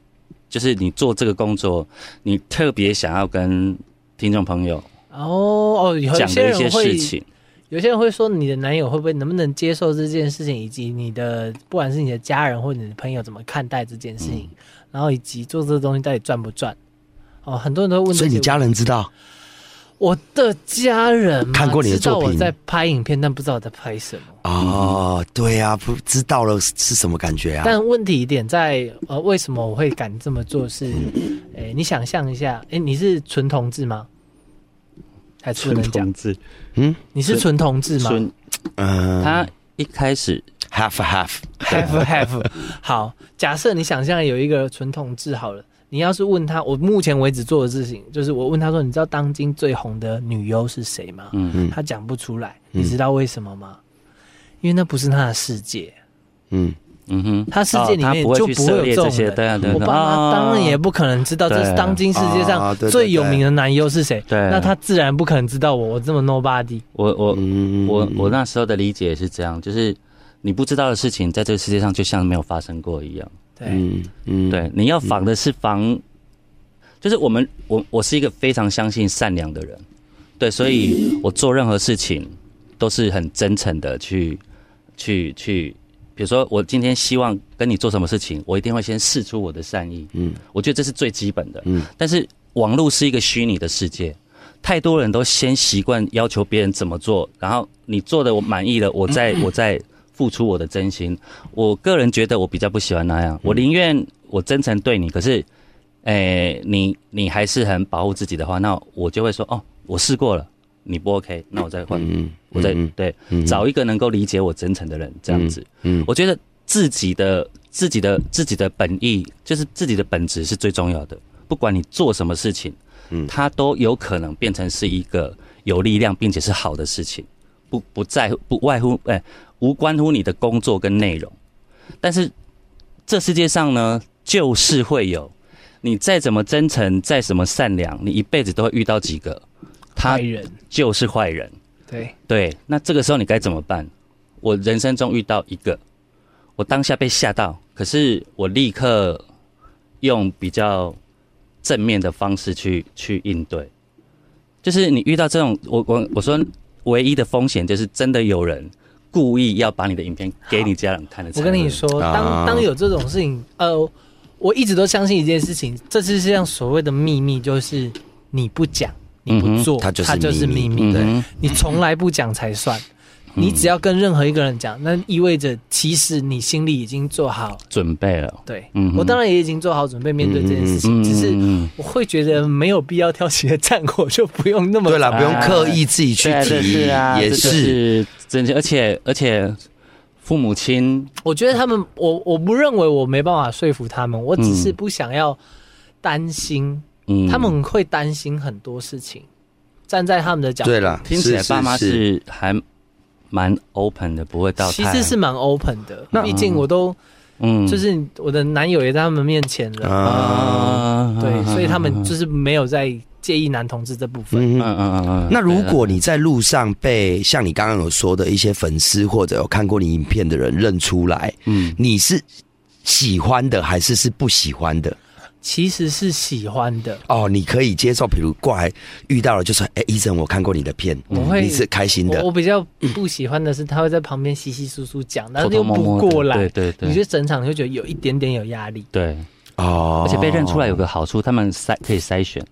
就是你做这个工作，你特别想要跟听众朋友哦哦，有讲些的一些人会事，情？有些人会说你的男友会不会能不能接受这件事情，以及你的不管是你的家人或者你的朋友怎么看待这件事情，然后以及做这个东西到底赚不赚。哦，很多人都会问所这些以问题。你家人知道我的家人嘛看过你的作品知道我在拍影片，但不知道我在拍什么。哦，对呀、啊，不知道了是什么感觉啊？但问题点在，呃，为什么我会敢这么做？是，哎、你想象一下，哎、你是纯同志吗？还是不纯能讲同？志，你是纯同志吗纯嗯、他一开始 half half， ？Have have。好，假设你想象有一个纯同志好了，你要是问他，我目前为止做的事情就是，我问他说，你知道当今最红的女优是谁吗？嗯嗯他讲不出来，你知道为什么吗？因为那不是他的世界。嗯，嗯哼，他世界里面哦他就不会去不会涉有猎这这种些，人。对啊，对啊我对爸啊妈当然也不可能知道这是对哦当今世界啊上对对最有名的男优是谁，对那他自然不可能知道我，我这么 nobody。我我嗯我我那时候的理解是这样，就是你不知道的事情，在这个世界上就像没有发生过一样。对，嗯嗯，对，你要防的是防，就是我们我我是一个非常相信善良的人，对，所以我做任何事情都是很真诚的去去去，比如说我今天希望跟你做什么事情，我一定会先试出我的善意，嗯，我觉得这是最基本的，嗯，但是网络是一个虚拟的世界。太多人都先习惯要求别人怎么做，然后你做的我满意了，我再我再付出我的真心，我个人觉得我比较不喜欢那样，嗯我宁愿我真诚对你，可是，诶、你你还是很保护自己的话，那我就会说，哦，我试过了，你不 OK，那我再换，嗯，我再、嗯对嗯找一个能够理解我真诚的人，这样子，嗯我觉得自己的自己的自己的本意，就是自己的本质是最重要的，不管你做什么事情，嗯它都有可能变成是一个有力量并且是好的事情。不不在乎不外乎哎、无关乎你的工作跟内容。但是这世界上呢，就是会有你再怎么真诚，再怎么善良，你一辈子都会遇到几个他坏人，就是坏人。对，对，那这个时候你该怎么办？我人生中遇到一个，我当下被吓到，可是我立刻用比较正面的方式去去应对。就是你遇到这种，我我我说唯一的风险就是真的有人故意要把你的影片给你家长看的。我跟你，说，啊当当有这种事情，呃，我一直都相信一件事情，这世界上所谓的秘密就是你不讲，你嗯不哼做，它它就是就是秘秘密嗯密。哼嗯你从来不讲才算。你只要跟任何一个人讲，那意味着其实你心里已经做好准备了，对，嗯哼我当然也已经做好准备面对这件事情，只是嗯我会觉得没有必要挑起的战火，就不用那么对啦，哎不用刻意自己去对啊这提，啊，也，这就是真的，而且而且父母亲我觉得他们，我我不认为我没办法说服他们，我只是不想要担心，嗯他们会担心很多事情。站在他们的角度，对啦，听起来是爸妈是是还蛮 open 的，不会到其太实是蛮 open 的那，毕竟我都、嗯就是我的男友也在他们面前了，啊，对，所以他们嗯就是没有在介意男同志这部分。嗯嗯嗯嗯。那如果你在路上被像你刚刚有说的一些粉丝或者有看过你影片的人认出来，嗯你是喜欢的还是是不喜欢的？其实是喜欢的，哦，你可以接受，比如过来遇到了就说：“哎、医生，我看过你的片，我会你是开心的我。我比较不喜欢的是，他会在旁边稀稀疏疏 讲，但偷是偷又摸不摸的过来，对对对，你就整场就觉得有一点点有压力。对，”哦，而且被认出来有个好处，他们筛可以筛选，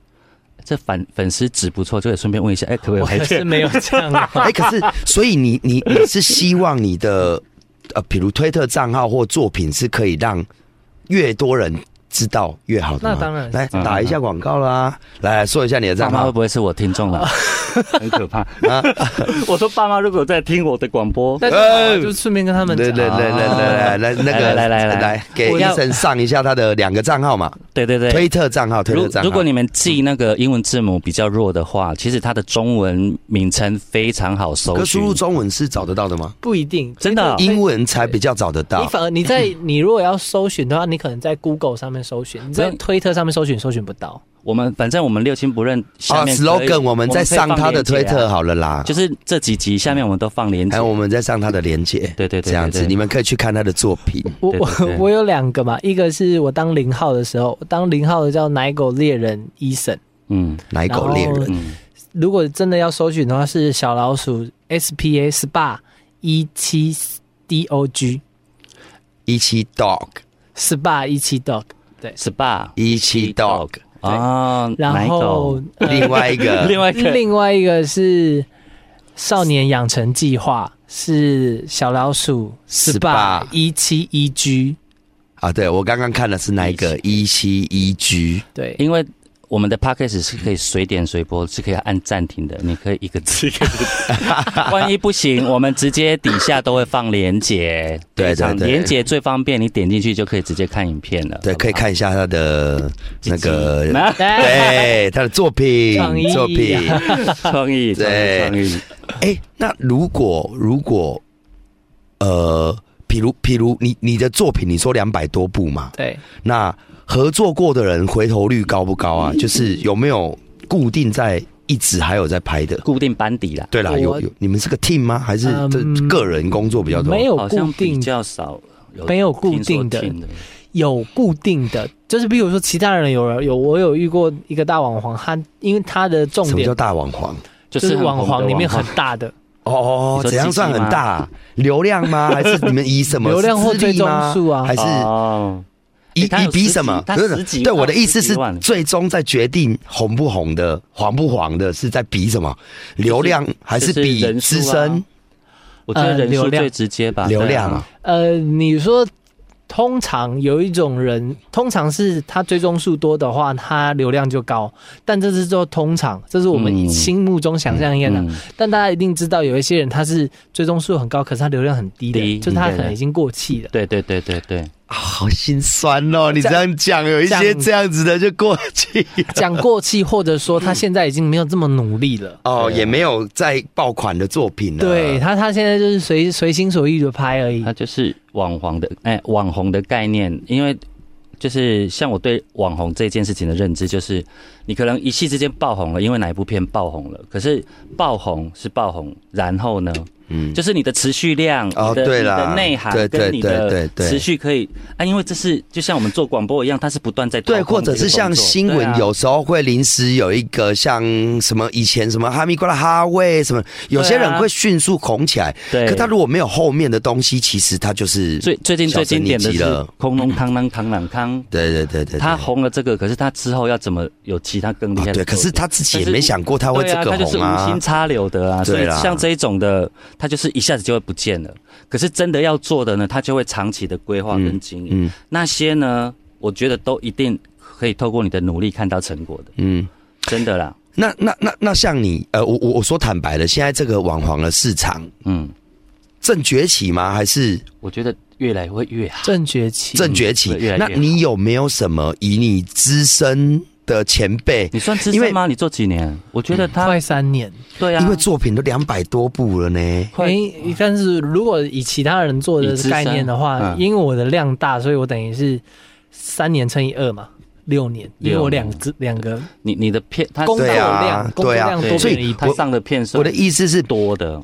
这粉粉丝值不错，就可以顺便问一下，哎，可不可以我拍可是片？没有这样啊 的 哎、可是所以你你你是希望你的呃，比如推特账号或作品是可以让越多人知道越好的吗那当然是来这样打一下广告啦，来说一下你的爸账妈会号不会是我听 众了？很可 怕。啊我说爸妈如果在听我的广播，但是我就顺便跟他们哎对讲，对对对对来来那个啊来来来来来给我医要生上一下他的两个账号嘛，对对对，推特账号、推如特账号。如果你们记那个英文字母比较弱的话，其实它的中文名称非常好搜可输寻。入中文是找得到的吗？不一定真的啊因为英文才比较找得你到。反而你在你如果要搜寻的话，你可能在 Google 上面搜寻，你在没有推特上面搜寻搜寻不到。我们反正我们六亲不认，下啊面可以、 ，slogan 我们再上他的推特哈，好了啦，啊就是这几集下面我们都放链接还有。我们再上他的连接，对对对对这样子对你们可以去看他的作品。我对我对对我有两个嘛，一个是我当零号的时候，我当零号的叫奶狗猎人医生，嗯奶狗猎人，嗯，如果真的要搜寻的话，是小老鼠 S P A SPA 一七 D O G 一七 dog， SPA 一七 dog。 SPA 一七 dog，对啊，哪然一个后 呃另外一个另外一个 另外一个是少年养成计划，是小老鼠 SPA 一七一 G，啊，对我刚刚看的是哪一个一七一 G 对， 因为我们的 podcast 是可以随点随播，是可以按暂停的，你可以一个字 一个字。万一不行，我们直接底下都会放连结，对对非常对连结最方便，你点进去就可以直接看影片了。对，可以看一下他的那鸡鸡个，啊 对他的作品创意作 品。创意，创意，对创意。哎、那如果如果呃，譬如譬如你你的作品，你说两百多部嘛，对，那合作过的人回头率高不高啊？就是有没有固定在一直还有在拍的？固定班底啦，对啦，我有有，你们是个 team 吗？还是嗯这个人工作比较多？没有好固像比定，较少有没有固定的听说听的有固定的，就是比如说其他人有人有我有遇过一个大网红，他因为他的重什么点叫大网黄？就就是很网红的黄里面网很红大的哦你哦哦，说怎样算鸡很鸡吗大啊？流 量吗？还是你们以什么流量或资追历踪吗数啊还是哦，以欸他以有比十什么几？他不是十几对万我的意思十是几万，最终在决定红不红的、黄不黄的，是在比什么？流量还是就是比人数资啊深？我觉得人呃流数量最直接吧，流量对啊啊，呃，你说通常有一种人，通常是他追踪数多的话，他流量就高。但这是就通常，这是我们嗯心目中想象一样的。嗯但大家一定知道，有一些人他是追踪数很高，可是他流量很低的，低就是他对可能已经过气了。对对对对对，啊好心酸哦！你这样讲，有一这些样这样子的就过去讲过气，或者说他现在已经没有这么努力了。啊哦，也没有再爆款的作品了。对他，他现在就是随随心所欲的拍而已它。就是网红的哎、网红的概念，因为就是像我对网红这件事情的认知，就是你可能一夕之间爆红了，因为哪一部片爆红了，可是爆红是爆红，然后呢，嗯，就是你的持续量，哦你的对你啦的内涵对对跟你对对的对持续可以啊，因为这是就像我们做广播一样，它是不断在对，掏空或者你的是像工作新对闻啊有时候会临时有一个像什么以前什么哈密瓜的哈味什么，有些对啊人会迅速红起来，对，可他如果没有后面的东西，其实他就是最最近小最经生你典的急是了《空龙螳螂螳螂康》，对对对对，他对红了这个，可是他之后要怎么有其他更厉害啊的作对，品、可是他自己也但是没想过他会对这啊，个他就是红无啊心。插柳的啊，所对以啦像这一种的，他就是一下子就会不见了。可是真的要做的呢，他就会长期的规划跟经营。嗯那些呢，我觉得都一定可以透过你的努力看到成果的，嗯，真的啦。那那那那像你呃，我我我说坦白的，现在这个网黄的市场嗯，正崛起吗？还是我觉得越来会越好。正崛起，正崛起？嗯越来越那好你有没有什么以你资深的前辈？你算资因为深吗？你做几年？我觉得他、快三年。对啊，因为作品都两百多部了呢。快诶，但是如果以其他人做的以资概念的话，深嗯因为我的量大，所以我等于是三年乘以二嘛，六年，因为我六年两只两个你你的片，他工作对啊量，工作对啊量对多所别以人一他倍。上的片我数的意思是，多的，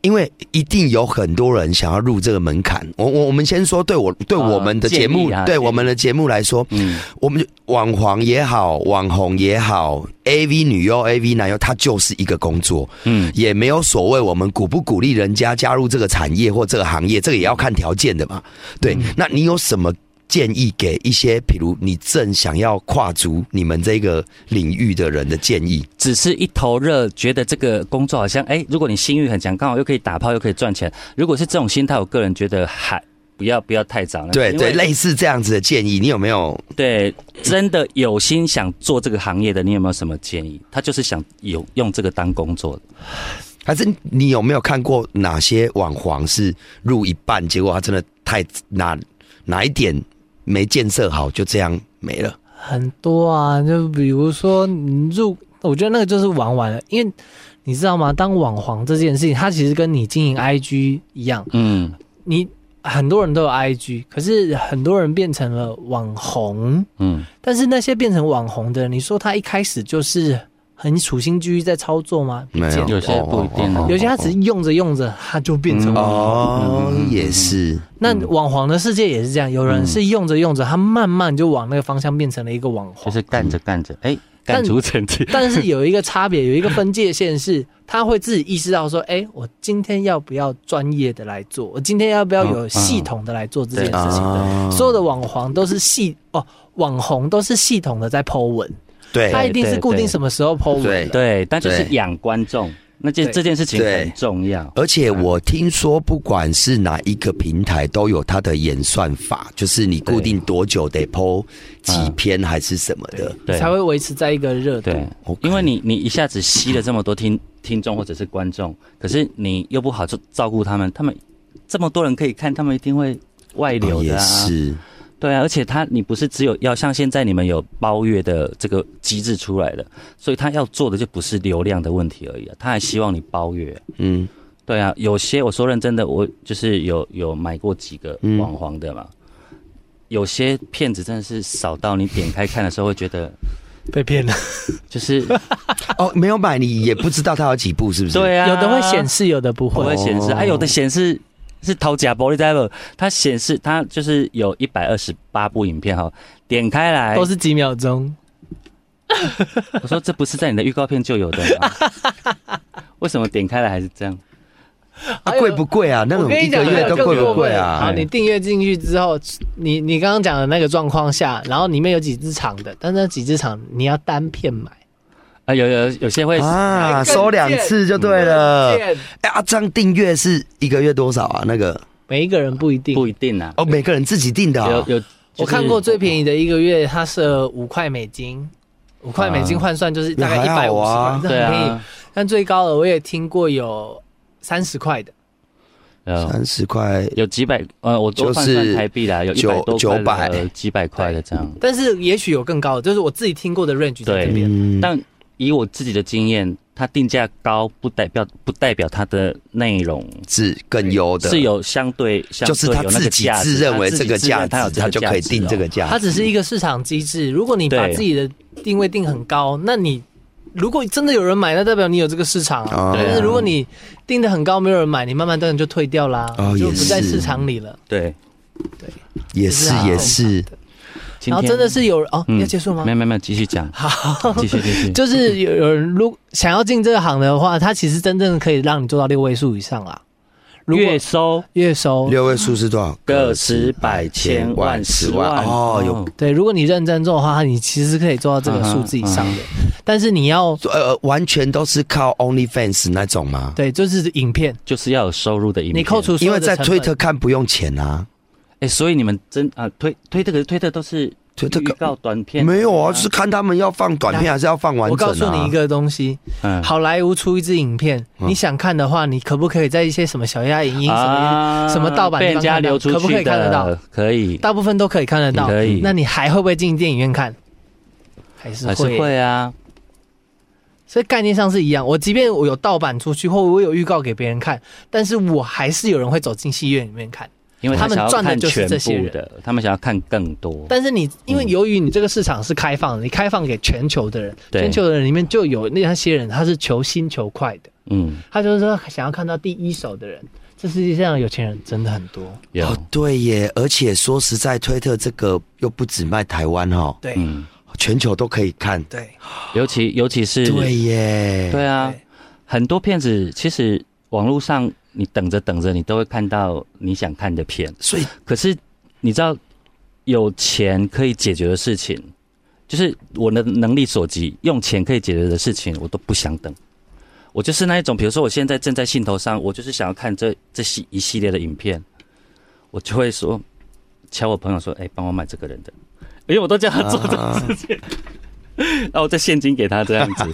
因为一定有很多人想要入这个门槛。我我我们先说，对我对呃我们的建节目议，啊对建议我们的节目来说，嗯，我们就网黄也好，网红也好，A V 女优、A V 男优，它就是一个工作，嗯，也没有所谓我们鼓不鼓励人家加入这个产业或这个行业，这个也要看条件的嘛。对，嗯那你有什么建议给一些，比如你正想要跨足你们这个领域的人的建议？只是一头热，觉得这个工作好像，哎、如果你心欲很强，刚好又可以打炮又可以赚钱，如果是这种心态，我个人觉得还不要不要太早了。对因对，为类似这样子的建议，你有没有？对，真的有心想做这个行业的，你有没有什么建议？他就是想有用这个当工作的，还是你有没有看过哪些网黄是入一半，结果他真的太哪哪一点没建设好，就这样没了？很多啊，就比如说你入，我觉得那个就是玩完了，因为你知道吗？当网黄这件事情，它其实跟你经营 IG 一样，嗯，你很多人都有 IG，可是很多人变成了网红，嗯，但是那些变成网红的，你说他一开始就是很处心积虑在操作吗？没不见得有些不一定啊有些他只是用着用着，他就变成嗯网红。哦，嗯嗯嗯也是，那网黄的世界也是这样，有人是用着用着，他慢慢就往那个方向变成了一个网就红。是干着干着，哎、干出成 绩。但是有一个差别，有一个分界线是，他会自己意识到说，哎、我今天要不要专业的来做？我今天要不要有系统的来做这件事情？啊所有的网黄都是系哦，网红都是系统的在 Po 文，对哎他一定是固定对什么时候 Po 文对的。对，但就是对养观众，那件对这件事情对很重要。而且我听说，不管是哪一个平台，都有它的演算法，就是你固定多久得剖几篇还是什么的。对才会维持在一个热度。对 OK，因为你你一下子吸了这么多听听众或者是观众，可是你又不好照照顾他们，他们这么多人可以看，他们一定会外流哦的也啊。是，对啊，而且他你不是只有要像现在你们有包月的这个机制出来了，所以他要做的就不是流量的问题而已啊，他还希望你包月啊、嗯，对啊，有些我说认真的，我就是有有买过几个嗯网黄的嘛，有些骗子真的是少到你点开看的时候会觉得被骗了。就是 哦，没有买你也不知道它有几部，是不是？对啊，有的会显示，有的不不会会。显示，哦哎、有的显示是偷假玻璃在不？它显示它就是有一百二十八部影片哈，点开来都是几秒钟，我说这不是在你的预告片就有的吗？ 为什么点开来还是这样？啊，贵不贵啊？那我种跟一你个讲，月那都个更贵不贵好，啊？你订阅进去之后，你你刚刚讲的那个状况下，然后里面有几只场的，但那几只场你要单片买，啊，有有有些会，啊，还更收两次就对了。片哎，阿张订阅是一个月多少啊？那个每一个人不一定。不一定啊，哦，每个人自己定的啊。有有，我看过最便宜的一个月，它是五块美金，五块美金换算就是大概一那还百好五啊十块，这对很便宜啊。，但最高的我也听过有三十块的，有三十块，有几百呃，我就多换是算台币啦，有一九百多九块百的，呃几百块的这样。但是也许有更高的，就是我自己听过的 range 在这对边。嗯，但以我自己的经验，它定价高不代表不代表它的内容是更优的，是有相对，相就是对他有那自个己价值自认为这个他价自己自认值，它有这他个就可以价值定哦这个价它值。只是一个市场机制。如果你把对自己的定位定很高，那你如果真的有人买，那代表你有这个市场哦啊。对啊但是如果你定的很高，没有人买，你慢慢当然就退掉啦，哦就也不在是市场里了。对，也是也是，今然后天真的是有人哦，嗯要结束吗没？有没有没有，继续讲，好，继续继续， 就是有有人如想要进这个行的话，它其实真正可以让你做到六位数以上啦。如果月收月收，六位数是多少？个十百千万十万哦，有对，如果你认真做的话，你其实可以做到这个数字以上的。但是你要呃，完全都是靠 OnlyFans 那种吗？对，就是影片，就是要有收入的影片。你扣除所因有为的在成本 Twitter 看不用钱啊，哎、所以你们真啊推推特可是推特都是推特预告短片，没有啊，就是看他们要放短片还是要放完我整啊。告诉你一个东西，嗯好莱坞出一支影片，嗯你想看的话，你可不可以在一些什么小鸭影音什啊么，什么盗版被人地方家看到流出去的，可不可以看得到？可以，大部分都可以看得到你可以？那你还会不会进电影院看？还是还是会。会啊，所以概念上是一样。我即便我有盗版出去，或我有预告给别人看，但是我还是有人会走进戏院里面看。因为他们想要赚的看就是全这些部人的，他们想要看更多。但是你因为由于你这个市场是开放的，你开放给全球的人，对全球的人里面就有那些人他是求新求快的。嗯，他就是说想要看到第一手的人。这世界上有钱人真的很多，有，哦，对耶，而且说实在，推特这个又不止卖台湾哦，对、嗯，全球都可以看。对，尤其尤其是对耶，对啊对，很多片子其实网络上你等着等着，你都会看到你想看的片。所以可是你知道，有钱可以解决的事情，就是我的能力所及，用钱可以解决的事情，我都不想等。我就是那一种，比如说我现在正在兴头上，我就是想要看这这系一系列的影片，我就会说，敲我朋友说，哎、帮我买这个人的，因为我都叫他做这个事情，然后我再现金给他这样子，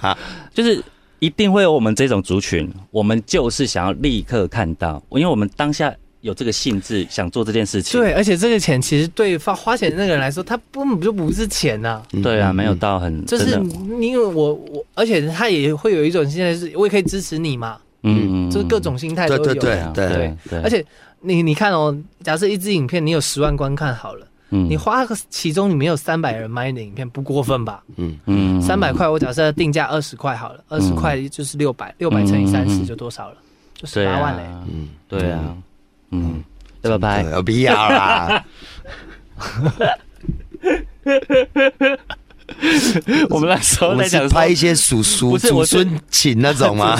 就是一定会有我们这种族群，我们就是想要立刻看到，因为我们当下有这个兴致想做这件事情，对，而且这个钱其实对花花钱的那个人来说，他根本就不是钱呐、对啊，嗯没有到很就是真的你因为我我，而且他也会有一种现在是我也可以支持你嘛，嗯，就是各种心态都对有。对对啊对，对，而且你你看哦，假设一支影片你有十万观看好了，你你花个其中里面有三百人买你的影片，不过分吧？嗯，嗯三百块，我假设定价二十块好了，二十嗯块就是六百，六百乘以三嗯嗯十嗯就多少了？就十对八啊万嘞、嗯，对啊，嗯，拜哎拜，对，不要啦。 我们那时我候在们讲说是拍一些叔叔、不是祖我是孙情那 种吗？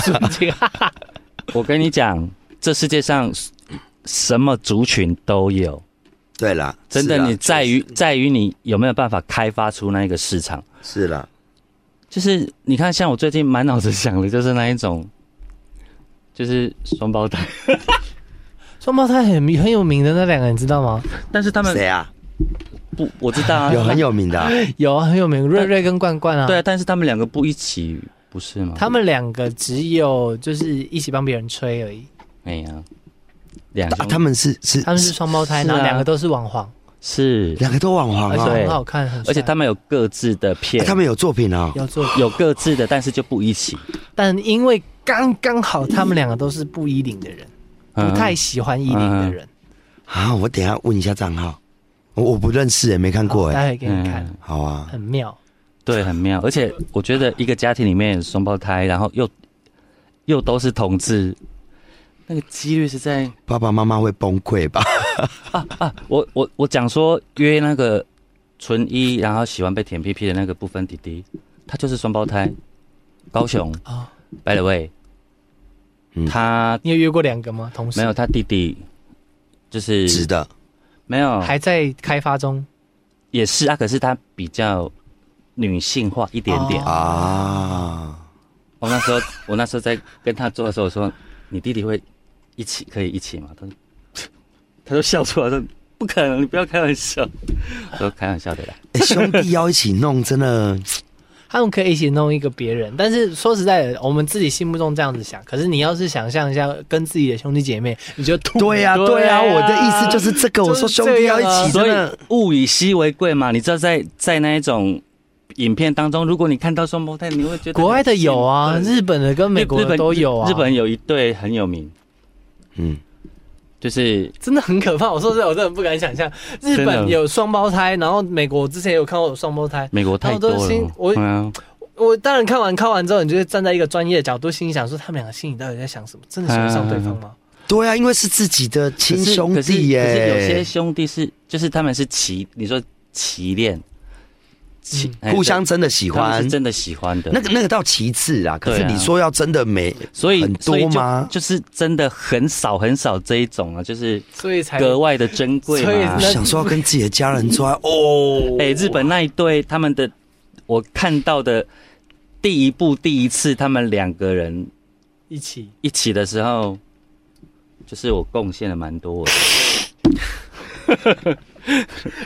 我跟你讲，这世界上什么族群都有，对啦，真是的，啦你在于在于你有没有办法开发出那一个市场。是啦，就是你看，像我最近满脑子想的就是那一种，就是双胞胎， 双胞胎很很有名的那两个，你知道 吗？但是他们谁啊？不，我知道啊，有很有名的啊，有啊，很有名，瑞瑞跟冠冠啊。对啊，但是他们两个不一起，不是吗？他们两个只有就是一起帮别人吹而已。哎呀，两啊兄他们是是他们是双胞胎，是啊然后两个都是网黄，是，两个都网红而且啊，很好看，很帅而且他们有各自的片，哎他们有作品啊，要做，有各自的，但是就不一起，但因为刚刚好他们两个都是不依领的人，嗯不太喜欢依领的人。啊，我等一下问一下账号，我我不认识也没看过好哎，待会给你看，嗯好啊，很妙。对，很妙。而且我觉得一个家庭里面有双胞胎，然后又又都是同志，那个几率是在爸爸妈妈会崩溃吧？我我我讲说约那个纯一，然后喜欢被舔屁屁的那个不分弟弟，他就是双胞胎，高雄哦啊、b y the way，、嗯他你有约过两个吗？同时没有，他弟弟就是直的，没有，还在开发中。也是啊，可是他比较女性化一点点。哦啊，我那时候我那时候在跟他做的时候，我说你弟弟会一起可以一起吗？他说他就笑出来说不可能，你不要开玩笑。我说开玩笑的啦，哎兄弟要一起弄，真的他们可以一起弄一个别人，但是说实在的，我们自己心目中这样子想，可是你要是想象一下跟自己的兄弟姐妹，你就吐对啊呀对哎呀，我的意思就是这啊个，我就是说兄弟要一起，所真以的物以稀为贵嘛。你知道在在那一种影片当中，如果你看到双胞胎，你会觉得国外的有啊，很兴奋日本的跟美国日的本都有啊，日本有一对很有名，嗯，就是真的很可怕。我说实在，我真的不敢想象，日真的本有双胞胎，然后美国我之前也有看过有双胞胎。美国太多他们都了心。我嗯啊我当然看完看完之后，你就会站在一个专业的角度，心里想说他们两个心里到底在想什么？真的喜欢上对方吗？对啊，因为是自己的可亲是兄可是弟可是有些耶，兄弟是，就是他们是奇，你说奇恋，奇哎嗯互相真的喜他们欢是，真的喜欢的。那个那个到其次啦，可是对啊你说要真的美，所以很所以多吗？就？就是真的很少很少这一种啊，就是 所以才格外的珍贵所以嘛那。想说要跟自己的家 人做爱哦，哎、日本那一对他们的，我看到的第一部第一次他们两个人一起一起的时候，就是我贡献了蛮多的。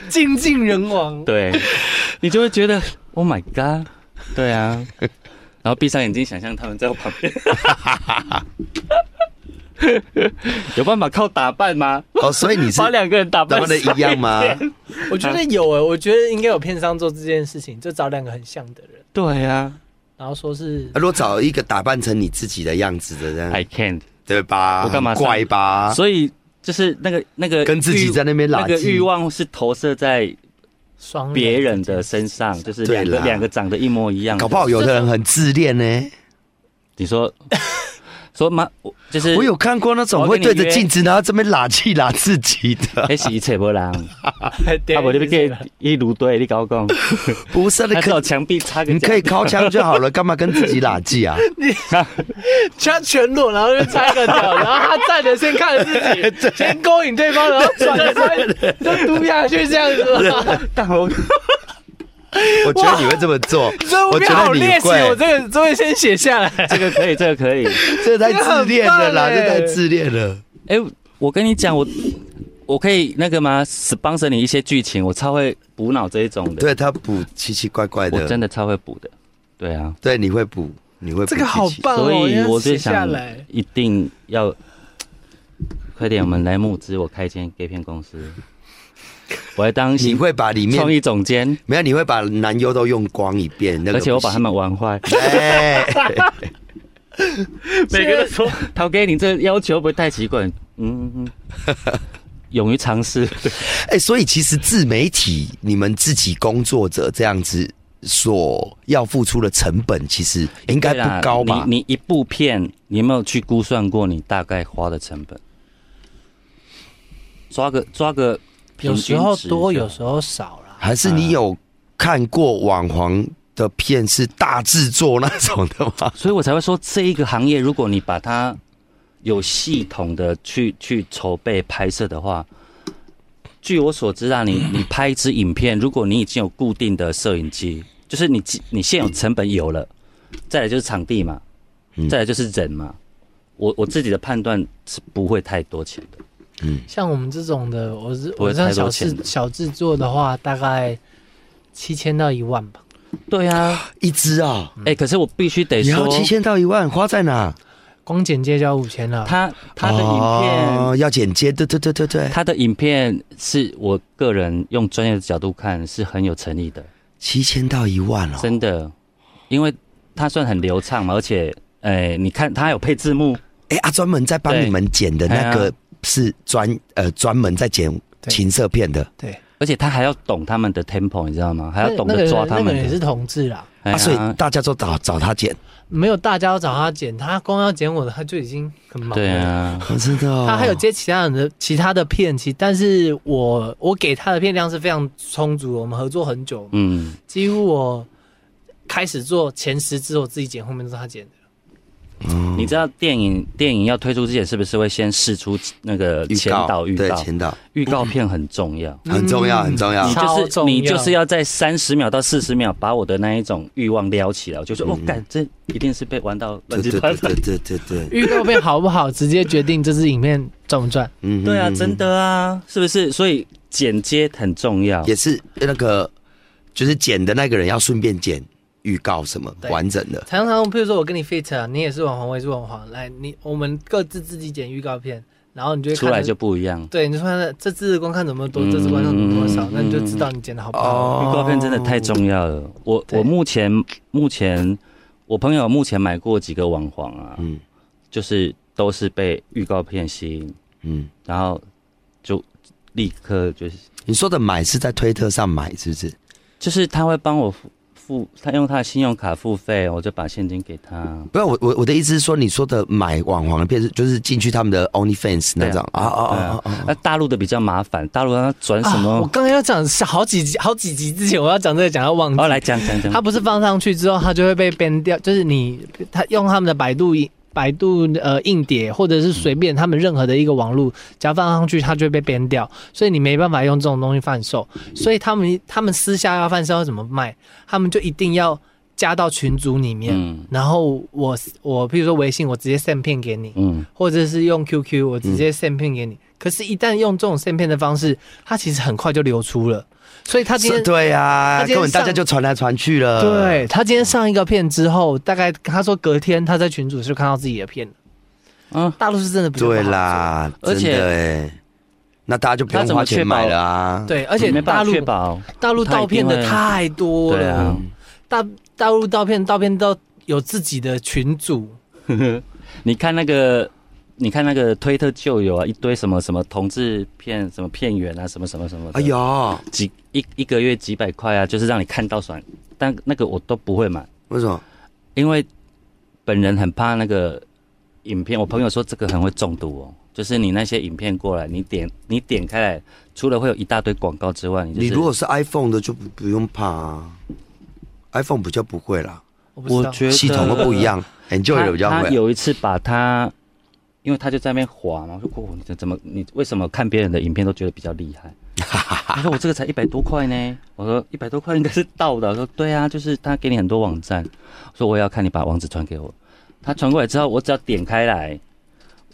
尽尽人 亡。对，你就会觉得 Oh my God，对啊，然后闭上眼睛想象他们在我旁 边，有办法靠打扮吗？哦，所以你是把两个人打他扮们的一 样吗？啊我觉得有诶、我觉得应该有片商做这件事情，就找两个很像的人，对啊然后说是如果找一个打扮成你自己的样子的，I 人， can't，、对吧？哎我干嘛很怪吧？啊所以就是那个那个跟自己欲在那边拉那个锯欲望是投射在双别人的身 上，就是两对个啦两个长得一模一样的，搞不好有的人很自恋呢、你说说妈，我就是我有看过那种会对着镜子，然后这边拉气拉自己的， 那是一切波 人，啊，啊我这边给一炉堆，你搞讲，不是？啊你还可靠墙壁插个，你可以靠墙就好了，干嘛跟自己拉气啊？他全裸，然后就插一个脚，然后他 站着先看着 自己，先勾引对方，然后转身就嘟下去这样子吗。 但我我觉得你会这么做，这我我觉好得你猎奇，我会，这个这会先写下来。这个可以，这个可以。这太自恋了啦，这这个很棒欸太自恋了。哎、我跟你讲，我我可以那个吗？sponsor 你一些剧情，我超会补脑这一种的。对他补奇奇怪怪我真的，的超会补的。对啊，对你会补，你会补这个好奇奇，棒哦，所以我就写下想来。一定要快点，我们来募资，我开一间 gay 片公司，我来当你会把里面创意总监，没有，你会把男优都用光一遍，那个而且我不把他行们玩坏。哎，每个人说：“陶哥，你这要求不太奇怪。”嗯，嗯嗯勇于尝试。哎、所以其实自媒体你们自己工作者这样子所要付出的成本，其实应该对啦哎不高吧？你你一部片，你有没有去估算过你大概花的成本？抓个抓个平有均值时就好，候多，有时候少啦。嗯还是你有看过网黄的片是大制作那种的吗？所以我才会说这一个行业，如果你把它有系统的去去筹备拍摄的话，据我所知啊， 你你拍一支影片，如果你已经有固定的摄影机，就是你既你现有成本有了，再来就是场地嘛，嗯再来就是人嘛，我我自己的判断是不会太多钱的。像我们这种的，我是不会我这样太多小钱制的小制作的话，大概七千到一万吧。对啊，一支啊，哎、可是我必须得也要说，七千到一万，花在哪？光剪接就要五千了，他他的影片。哦、要剪接，对对对对对，他的影片是我个人用专业的角度看是很有诚意的，七千到一万哦，真的，因为他算很流畅嘛，而且，哎、你看他有配字幕，哎啊，专门在帮对你们剪的那哎个呀是专呃专门在剪对情色片的对，而且他还要懂他们的 tempo，你知道吗？还要懂那那得个抓他那们个也是的。同志啦，哎呀啊，所以大家都找找他剪，没有大家要找他剪，他光要剪我的，他就已经很忙了。对啊，哦真的哦。他还有接其他人的其他的片，其但是我我给他的片量是非常充足的，我们合作很久，嗯，几乎我开始做前十支我自己剪，后面都是他剪的。你知道电影电影要推出之前是不是会先试出那个预前导预对告？嗯前导预告片很重要，很重要，很重要你。超就是重你要就是要在三十秒到四十秒把我的那一种欲望撩起来，我就说，哦，干，这一定是被玩到乱对七对八嗯对糟对。对对对，预告片好不好，直接决定这支影片赚不赚。嗯对啊，嗯嗯真的啊，是不是？所以剪接很重要。也是那个，就是剪的那个人要顺便剪预告什么对完整的，常常，譬如说我跟你 fit 啊，你也是网红，我也是网红，来，你我们各自自己剪预告片，然后你就会看出来就不一样。对，你就看这次的观看怎么多，嗯这次观看怎么多少，那你就知道你剪的好不哦好。预告片真的太重要了。我对我目前目前我朋友目前买过几个网黄啊，嗯就是都是被预告片吸引，嗯。然后就立刻就是你说的买是在推特上买是不是？就是他会帮我付付，他用他的信用卡付费，我就把现金给他。哦不是我我我的意思是说，你说的买网黄的片是就是进去他们的 OnlyFans 那种啊啊对啊啊啊啊！那大陆的比较麻烦，大陆他转什哦啊、我么？刚刚要讲是好几集，好几集之前我要讲这个，讲到忘记。哦，来讲讲讲它。不是放上去之后，它就会被 ban 掉，就是你他用他们的百度硬百度呃硬碟，或者是随便他们任何的一个网路，只要放上去，它就会被 ban 掉，所以你没办法用这种东西贩售。所以他们他们私下要贩售要怎么卖，他们就一定要加到群组里面。嗯然后我我譬如说微信，我直接 send 片给你，嗯，或者是用 QQ，我直接 send 片给你。可是，一旦用这种 send 片的方式，它其实很快就流出了，所以它今是天对啊，他今根天本大家上就传来传去了。对他今天上一个片之后，大概他说隔天他在群主就看到自己的片了。嗯嗯，大陆是真的比较不好对啦，而且真的欸那大家就不他用怎么花钱确保买了啊。做，对，而且没大办法陆确保。大陆盗片的太多对了，啊， 大大陆盗片盗片到有自己的群主，你看那个，你看那个推特就有啊，一堆什么什么同志片，什么片源啊，什么什么什么的。哎呦，几一一个月几百块啊，就是让你看到爽。但那个我都不会买，为什么？因为本人很怕那个影片。我朋友说这个很会中毒哦，就是你那些影片过来，你点你点开来，除了会有一大堆广告之外，你就是你如果是 iPhone 的就不不用怕啊，iPhone 比较不会啦，我不我知道。觉得系统会不一。样，Enjoy 啊的比较他他会啊。有一次把他，因为他就在那边滑嘛，我说：“哦，你这怎么你为什么看别人的影片都觉得比较厉 害？”他说：“我这个才一百多块呢。”我说：“一百多块应该是盗的。”我说：“对啊，就是他给你很多网站。”我说：“我也要看你把网址传给我。”他传过来之后，我只要点开来，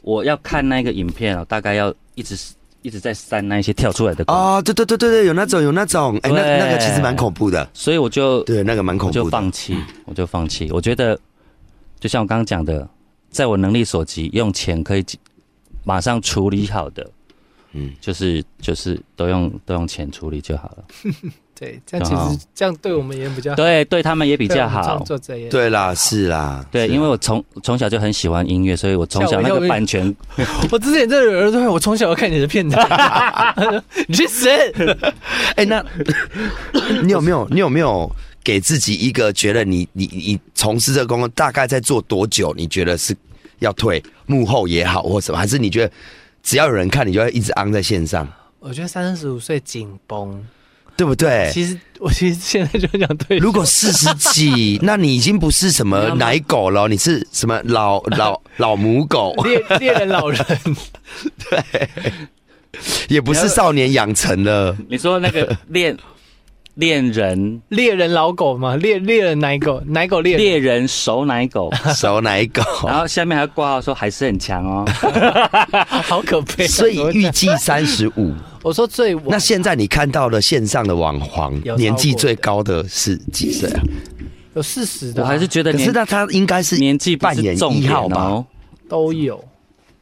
我要看那个影片啊，大概要一直一直在删那一些跳出来的广告，哦，对对对对对，有那种有那种，哎、对那那个其实蛮恐怖的，所以我就对，那个蛮我恐就怖的。嗯放弃，我就放弃。我觉得，就像我刚刚讲的，在我能力所及，用钱可以解马上处理好的，嗯，就是就是都用都用钱处理就好 了。对，这样其刚好实这样对我们也比较好对，对他们也哦比对我较 们好创。作者也对啦，是啦，对，是啦因为我从从小就很喜欢音乐，所以我从小那个版权，我之前这有人说，我从小要看你的 片子，你去死！哎、那你有没有你有没有给自己一个觉得你你你从事这个工作大概在做多久？你觉得是要退幕后也好，或什么，还是你觉得只要有人看，你就要一直昂在线上？我觉得三十五岁紧绷，对不对？其实我其实现在就很想退 休。如果四十 几，那你已经不是什么奶狗了，你是什么 老老老母狗， 猎猎人老人， 也不是少年养 成了。你说那 个恋恋人猎人老狗嘛，猎猎人奶狗，奶狗猎人猎人手奶狗，熟奶狗，然后下面还挂号说还是很强 哦。 好可悲啊。所以怎么会这预样计三十 五。我说最晚那现在你看到了线上的网黄有，年纪超过最高的是几岁啊？有四十的我啊，还是觉得可是年那他应该是年纪不扮是演重一点号吧？哦，都有。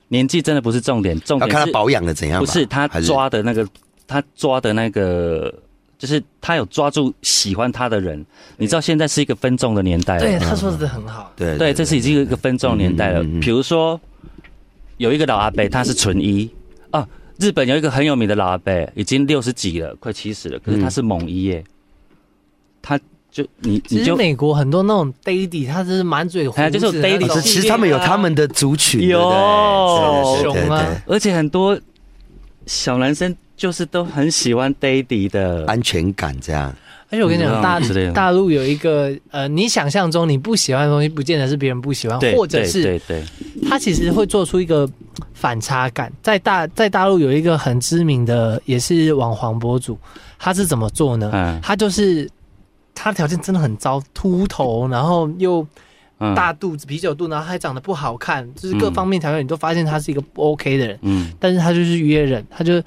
年纪真的不是重点，重要点看他是保养的怎样吧。不是他还抓的那个，他抓的那个，就是他有抓住喜欢他的人。你知道现在是一个分众的年代了，对，他说的很好，对对，这是已经一个分众年代了嗯嗯嗯嗯。比如说，有一个老阿伯，他是纯一啊，日本有一个很有名的老阿伯，已经六十几了，快七十了，可是他是猛一耶，他就你其你实就美国很多那种 daddy，他就是满嘴胡哎子，就是有 daddy 那可种是哦其实他们有他们的族群，有对不对对对对熊啊对对而且很多小男生就是都很喜欢 daddy 的，安全感这样。而哎且我跟你讲，嗯大之类的大陆有一个呃，你想象中你不喜欢的东西，不见得是别人不喜欢，对，或者是对对对他其实会做出一个反差感。在大在大陆有一个很知名的也是网黄博主，他是怎么做呢？嗯他就是他条件真的很糟，秃头，然后又嗯大肚子、啤酒肚，然后还长得不好看，就是各嗯方面条件你都发现他是一个不 OK 的人。嗯但是他就是约人，他就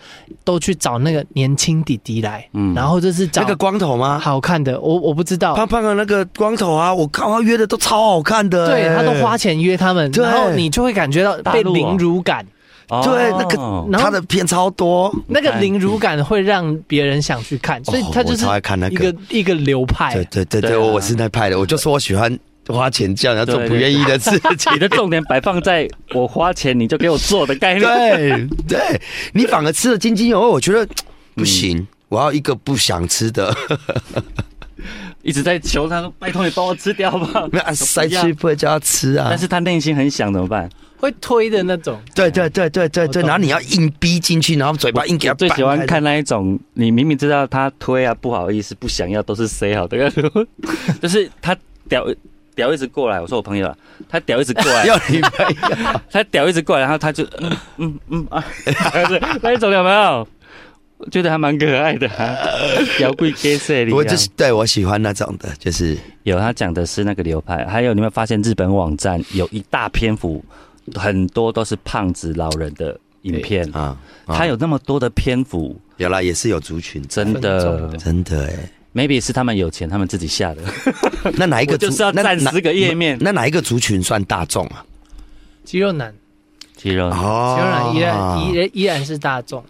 都去找那个年轻弟弟来，嗯然后就是找那个光头吗？好看的，我我不知道，胖胖的那个光头啊，我看他约的都超好看的、对哎他都花。钱约他们，对然后你就会感觉到大被陆哦凌辱感，对那个哦然后他的片超多，那个凌辱感会让别人想去看，所以他就我是超爱看那一个个、一个流派对。对对对，对啊我是那派的，我就说我喜欢花钱叫人家做对对不愿意的事 情。你的重点摆放在我花钱你就给我做的概念， 对对，你反而吃的津津有味，我觉得不行。我要一个不想吃 的，一直在求他说拜托你帮我吃掉吧，那啊塞去不会叫他吃啊但。是他内心很想怎么办？会推的那种， 对对对对对对，我懂然后你要硬逼进去，然后嘴巴硬给他我最喜掰欢开看那一种，你明明知道他推啊，不好意思，不想要，都是塞好的， 就是他屌屌一直过来，我说我朋友啊，他屌一直过 来，要你掰。他屌一直过来，然后他就嗯嗯嗯啊， 就是那一种有没有？我觉得还蛮可爱的、啊，屌贵 gay 色里、啊，我就是对我喜欢那种的，就是有，他讲的是那个流派，还有你有没有发现日本网站有一大篇幅，很多都是胖子老人的影片，啊，啊他有那么多的篇幅，有啦，也是有族群，真分的真的哎。 ，maybe 是他们有钱，他们自己 下的，那哪一个我族就是要那占哪十个页面那哪一个族群算大众啊？肌肉男，肌肉肌哦肉男依然依然依然是大众，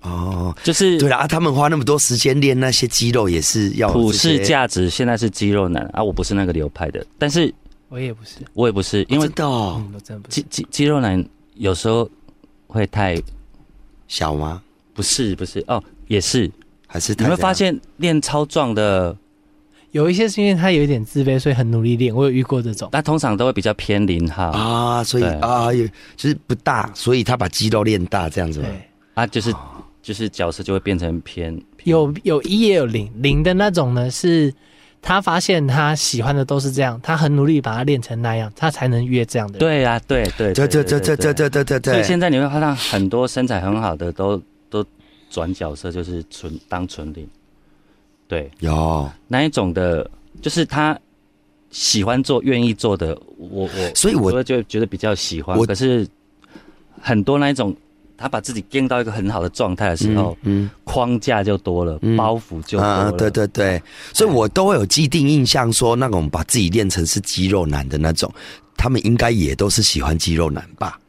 哦，就是对了啊，他们花那么多时间练那些肌肉，也是要有普这些世价值，现在是肌肉男啊，我不是那个流派的，但是我也不是，我也不是，因为真的哦嗯，我真的不是肌。肌肌肉男有时候会太小吗？不是不是哦，也是，还是你太会这样发现练超壮的。有一些是因为他有一点自卑，所以很努力练。我有遇过这种，那通常都会比较偏零号啊啊，所以对啊，也就是不大，所以他把肌肉练大这样子嘛。对，啊就是哦就是角色就会变成偏有有一也有零，零的那种呢是，他发现他喜欢的都是这样，他很努力把它练成那样，他才能约这样的人。对啊，对对对对对对对对对对所以对。现在你会看到很多身材很好的都都转角色，就是纯当纯零，对有，那一种的，就是他喜欢做、愿意做的，我我所以我就会觉得比较喜欢我。可是很多那一种，他把自己变到一个很好的状态的时候，嗯框架就多了，嗯包袱就多啊了，对对对，所以我都会有既定印象说，那种把自己练成是肌肉男的那种，他们应该也都是喜欢肌肉男吧，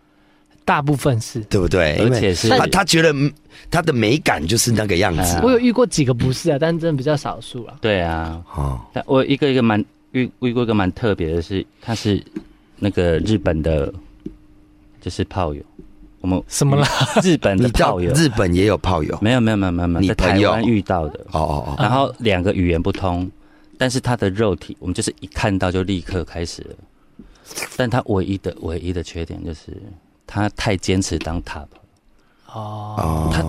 大部分是。对不对？而且是因为他他觉得嗯他的美感就是那个样子啊我有遇过几个不是啊，但真的比较少数啊。对啊，哦，但我一个一个蛮遇遇过一个蛮特别的是，他是那个日本的，就是炮友，我 们什么啦？日本你的到炮友，日本也有炮友，没有没有没有没有没你有，在朋台友湾遇到的，哦哦哦，然后两个语言不通，但是他的肉体，我们就是一看到就立刻开始了，但他唯一的唯一的缺点就是他太坚持当 top，哦，哦他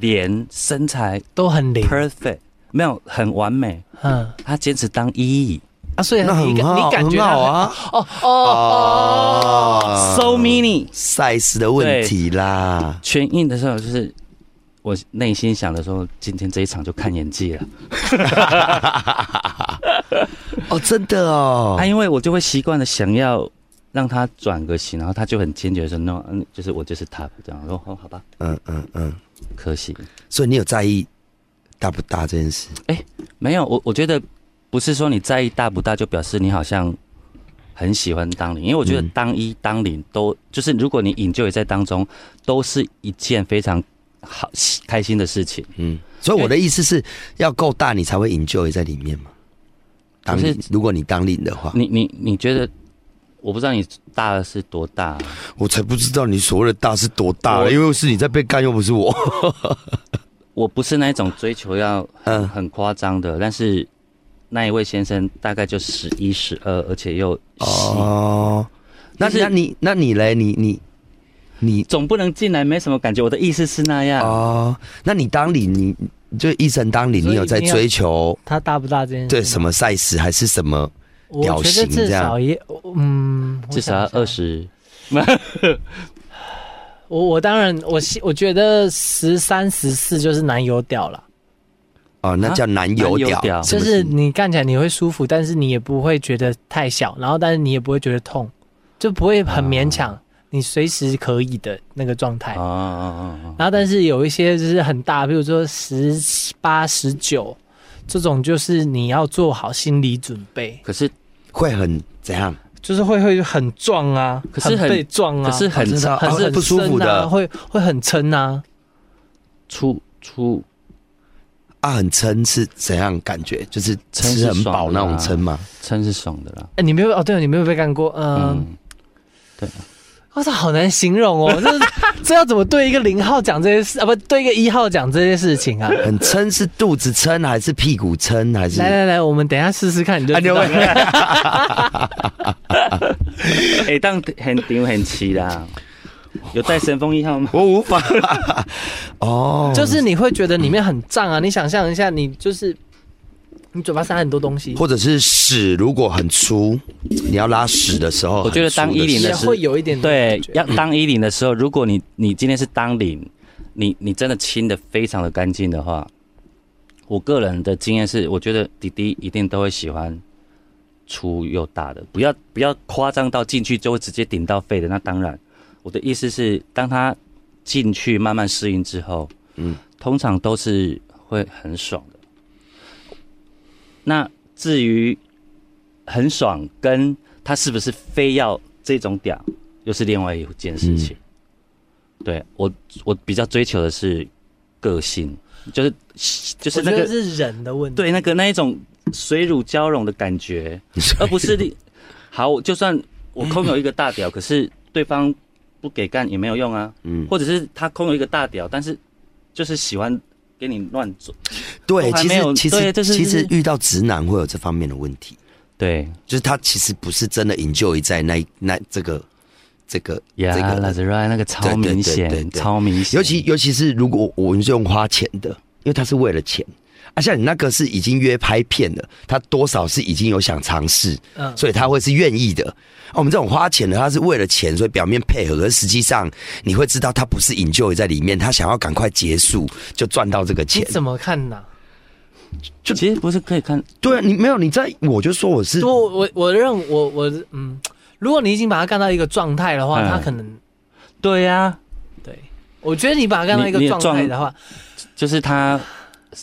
脸身材都很灵， perfect，没有很完美，嗯他坚持当一啊，所以那你很感好，你感觉很到好，啊。哦，so mini。 size 的问题啦。全印的时候，就是我内心想的时候，今天这一场就看演技了。 哦，真的哦啊，。因为我就会习惯的想要让他转个型，然后他就很坚决地说 no，嗯，就是我就是 top 这样。我说哦，好吧，嗯嗯嗯。可惜所以你有在意大不大这件事？没有。我我觉得不是说你在意大不大，就表示你好像很喜欢当零，因为我觉得嗯当一、当零都就是如果你引咎也在当中，都是一件非常好开心的事情。嗯。所以我的意思是要够大，你才会 enjoy 在里面嘛。当可领是如果你当领的话，你你你觉得？我不知道你大的是多大、啊，我才不知道你所谓的大是多大我因为是你在被干，又不是我。我不是那一种追求要嗯很夸张的，但是那一位先生大概就十一、十二，而且又细，哦，那就是那你那你嘞？你你你总不能进来没什么感觉。我的意思是那样，啊哦，那你当领你就医生当领，所以你有在你要追求嗯他大不大这件事？对什？么 size 还是什么？我觉得表情至这样少也，嗯，我至少要想一下二。十。 我我当然，我希我觉得十三十四就是男友屌了，哦，那啊叫男男友屌友，屌什就么是你干起来你会舒服，但是你也不会觉得太小，然后但是你也不会觉得痛，就不会很勉强，你随时可以的那个状态。哦哦哦哦，然后但是有一些就是很大，比如说十八、十九这种，就是你要做好心理准备，可是会很怎样？就是会会很壮啊，可是很被撞啊，可是很哦真的啊很哦很不舒服深啊的会会很撑啊。出出啊，很撑是怎样感觉？就是撑吃是很爽饱的那种啊撑吗？撑是爽的啦。哎、你没有哦？对，你没有被干过，嗯。嗯，我操，好难形容哦！ 这这要怎么对一个零号讲这些事啊？不对一个一号讲这些事情啊？很撑是肚子撑还是屁股撑还是？来来来，我们等一下试试看，你就啊，知六道了。位，哎，当很顶很齐啦。有带神风一号吗？我无法。哦， 就是你会觉得里面很胀啊！你想象一下，你就是你嘴巴塞很多东西，或者是屎，如果很粗，你要拉屎的时候，我觉得当很粗的110屎的也时会有一点对感觉，要当一领的时候，如果你你今天是当领，你你真的清的非常的干净的话，我个人的经验是，我觉得弟弟一定都会喜欢粗又大的，不要不要夸张到进去就会直接顶到肺的。那当然，我的意思是，当他进去慢慢适应之后，嗯嗯，通常都是会很爽的。那至于很爽跟他是不是非要这种屌，又是另外一件事情。对我，我比较追求的是个性，就是就是我觉那得个是人的问题。对那个那一种水乳交融的感觉， 而不是你好，就算我空有一个大屌，可是对方不给干也没有用啊，嗯或者是他空有一个大屌，但是就是喜欢给你乱做，对，我还其没实有其实对就是其实就是遇到直男会有这方面的问题，对就是他其实不是真的 enjoy 在那那这个这个呀，这个 that's right，那个对超对明对对显，对超明显，尤其尤其是如果我们是用花钱的，因为他是为了钱。啊，像你那个是已经约拍片了，他多少是已经有想尝试，嗯所以他会是愿意的。啊，我们这种花钱的，他是为了钱，所以表面配合，可是实际上你会知道他不是 enjoy 在里面，他想要赶快结束就赚到这个你钱。怎么看呢、就其实不是可以看对啊，你没有你在，我就说我是 就我我我认我我嗯，如果你已经把它干到一个状态的嗯话，他可能对啊呀、对。我觉得你把它干到一个你你状态的话，就是他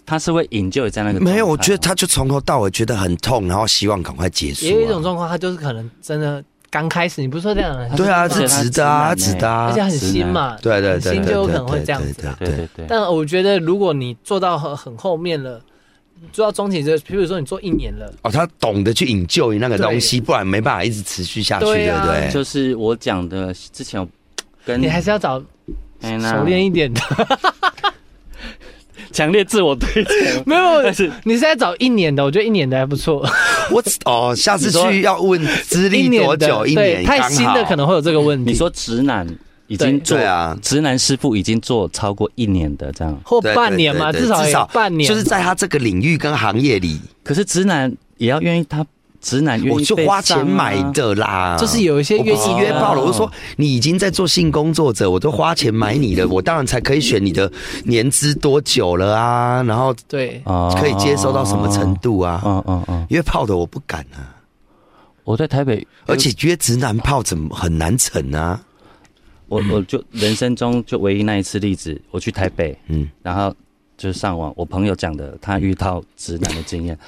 他是会引咎在那个没有，状态我觉得他就从头到尾觉得很痛，然后希望赶快结束、啊。也有一种状况，他就是可能真的刚开始，你不是说这样的，对啊，他就是是值得啊，而且他值得啊欸而且，很新嘛，对对对对很新对就有可对能会这样对子啊。对对对，但我觉得，如果你做到很很后面了，做到中期这，比如说你做一年了，哦，他懂得去引咎那个东西，不然没办法一直持续下去，对对啊不对？就是我讲的之前我跟你还是要找嗯哎那熟练一点的。 ，强烈自我推荐 没有，但是你是在找一年的，我觉得一年的还不错。我哦，下次你说去要问资一历年多的久？一对，年啊太刚新好的可能会有这个问题。你说直男已经做对啊直男师傅已经做超过一年的这样，或对半年嘛，对对至少至少也半年，就是在他这个领域跟行业里，可是直男也要愿意他，直男愿意、啊我就花钱买，的啦。啊就是有一些啊我愿不哦意是约爆了，我就说你已经在做性工作者，我都花钱买你的，我当然才可以选你的年资多久了啊，然后对，哦可以接受到什么程？度啊？嗯嗯嗯，约炮的我不敢啊，我在台北，而且约直男炮怎么很难成啊？我我就人生中就唯一那一次例子，我去台北，嗯，然后就是上网，我朋友讲的，他遇到直男的经验。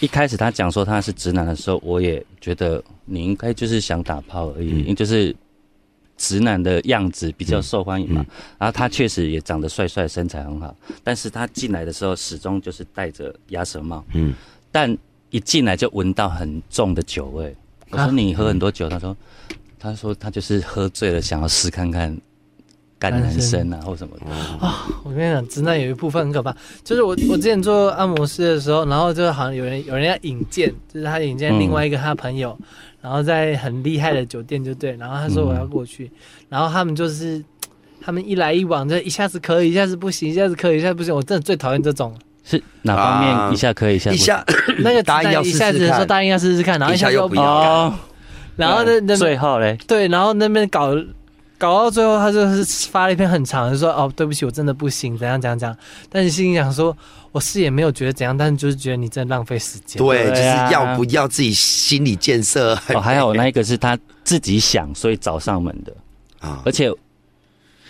一开始他讲说他是直男的时候，我也觉得你应该就是想打炮而已，嗯因为就是直男的样子比较受欢迎嘛。嗯然后他确实也长得帅帅，身材很好，但是他进来的时候始终就是戴着鸭舌帽，嗯，但一进来就闻到很重的酒味。我说啊你喝很多嗯酒，他说他说他就是喝醉了，想要试看看干男男生生啊或什么的。哦我跟你讲，直男有一部分很可怕，就是我我之前做按摩师的时候，然后就好像有人有人要引荐，就是他引荐嗯另外一个他朋友，然后在很厉害的酒店就对，然后他说我要过去，然后他们就是他们一来一往，就一下子可以，一下子不行，一下子可以，一下子不行，我真的最讨厌这种 了，是哪方啊面一下可以，一下不一下那个直答应男要一试试下子说看答应要试试看，然后一下下又又不要哦，然后那那最后嘞，对，然后那边搞搞到最后，他就是发了一篇很长，就说哦，对不起，我真的不行，怎样怎样怎样。但是心里想说，我是也没有觉得怎样，但是就是觉得你真的浪费时间。 对，对就是啊要不要自己心理建设哦，还好那一个是他自己想，所以找上门的，啊？而且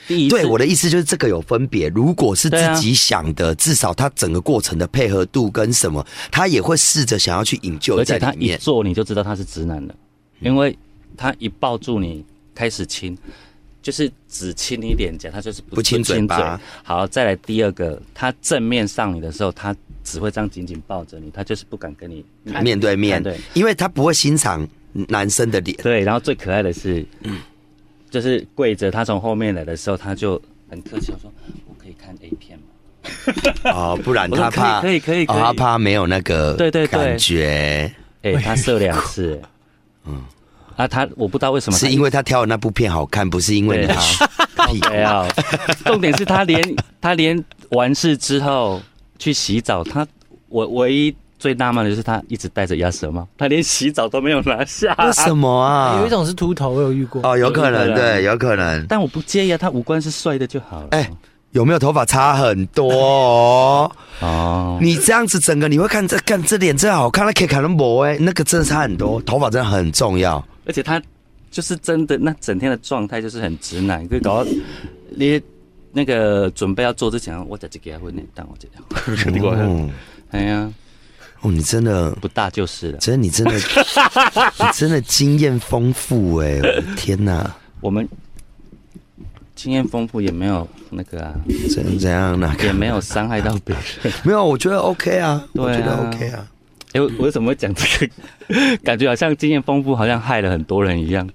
第一次对，我的意思就是这个有分别。如果是自己想的，至少他整个过程的配合度跟什么，他也会试着想要去引咎而在且他里一面。嗯做你就知道他是直男了，因为他一抱住你开始亲，就是只亲你脸颊，他就是不不亲嘴嘴巴好，再来第二个，他正面上你的时候，他只会这样紧紧抱着你，他就是不敢跟你面对面对，因为他不会欣赏男生的 脸，对，然后最可爱的是，就是跪着，他从后面来的时候，他就很客气地说：“我可以看 A 片吗？”哦，不然我说他怕可以可以可以可哦以他怕没有那个对对对感觉，哎、他射两次、嗯，啊，他我不知道为什么他是因为他挑的那部片好看，不是因为你对好。屁没有，啊重点是他连他连完事之后去洗澡，他我唯一最纳闷的就是他一直戴着鸭舌帽，他连洗澡都没有拿下。为什么啊？有一种是秃头，我有遇过。哦，有可能，有可能对，有可能。但我不介意啊，他五官是帅的就好了。哎，有没有头发差很多哦？哦，你这样子整个你会看这看这脸真好看，那可以看能模哎，那个真的差很多，头发真的很重要。而且他就是真的那整天的状态就是很直男，可以搞到你那个准备要做之前，我在这个婚呢，但我这样，你给我看嗯，哎呀，哦，你真的，不大就是了。真的你真的，你真的经验丰富哎、我的天哪，我们经验丰富，也没有那个啊，怎怎样哪也个没有伤害到别人。没有？我觉得 OK 啊，对啊我觉得 OK 啊。哎、我我怎么会讲这个？感觉好像经验丰富，好像害了很多人一样。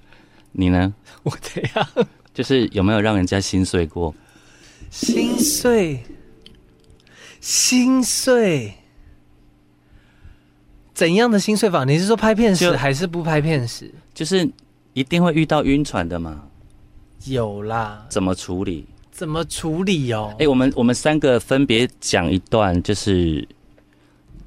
你呢？我这样就是有没有让人家心碎过？心碎，心碎。怎样的心碎法？你是说拍片时就还是不拍片时？就是一定会遇到晕船的嘛？有啦，怎么处理？怎么处理哦？哎、我们我们三个分别讲一段，就是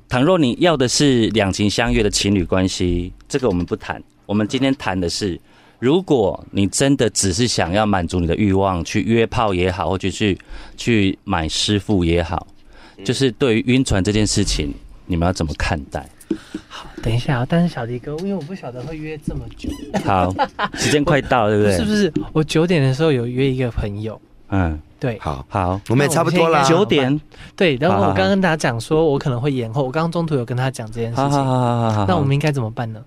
倘若你要的是两情相悦的情侣关系，这个我们不谈。我们今天谈的是，如果你真的只是想要满足你的欲望，去约炮也好，或者去去买师傅也好，就是对于晕船这件事情，你们要怎么看待？等一下啊，但是小迪哥，因为我不晓得会约这么久，好，时间快到了，对不对？是不是？我九点的时候有约一个朋友，嗯，对，好，好，我们也差不多啦那。我九点，对，然后我好好刚刚跟大家讲说，我可能会延后，我刚刚中途有跟他讲这件事好好情，好好好好。那我们应该怎么办呢？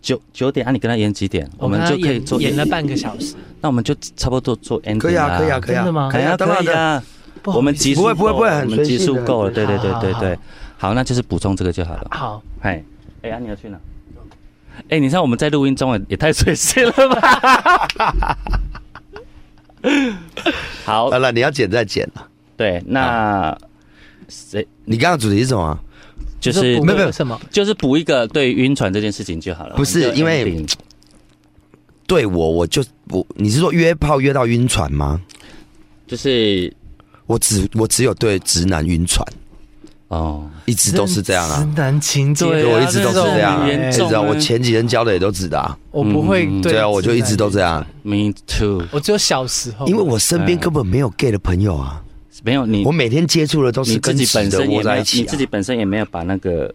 九九点，啊，你跟他演几点？我们跟他就可以演做演了半个小时，那我们就差不多做 ending 可以啊，可以啊，啦可以啊，真的吗可以啊，当然可以的。啊。不好我们意思集数不会不会够不会了很我们集随性数的够了，对对对好对好对。好，那就是补充这个就好了。好，嗨，哎，啊，你要去哪？哎，你知道我们在录音中也也太随性了吧？ 好好，了，你要剪再剪了。对，啊那谁你刚刚主题是什么啊？就你是说不没有没有什么，就是补一个对于晕船这件事情就好了。不是我们就因为 ending 对我，我就我，你是说约炮约到晕船吗？就是我只我只有对直男晕船，哦，一直都是这样啊。直男情结，对对，啊我一直都是这样、这种啊，很一严直重啊。啊我前几任交的也都直的、啊，我不会嗯对对啊，我就一直都这样。样， Me too，我只有小时候，因为我身边嗯根本没有 gay 的朋友啊，没有你我，每天接触的都是你自跟己直本的身也窝没在有，一起、你啊自。己本身也没有把那个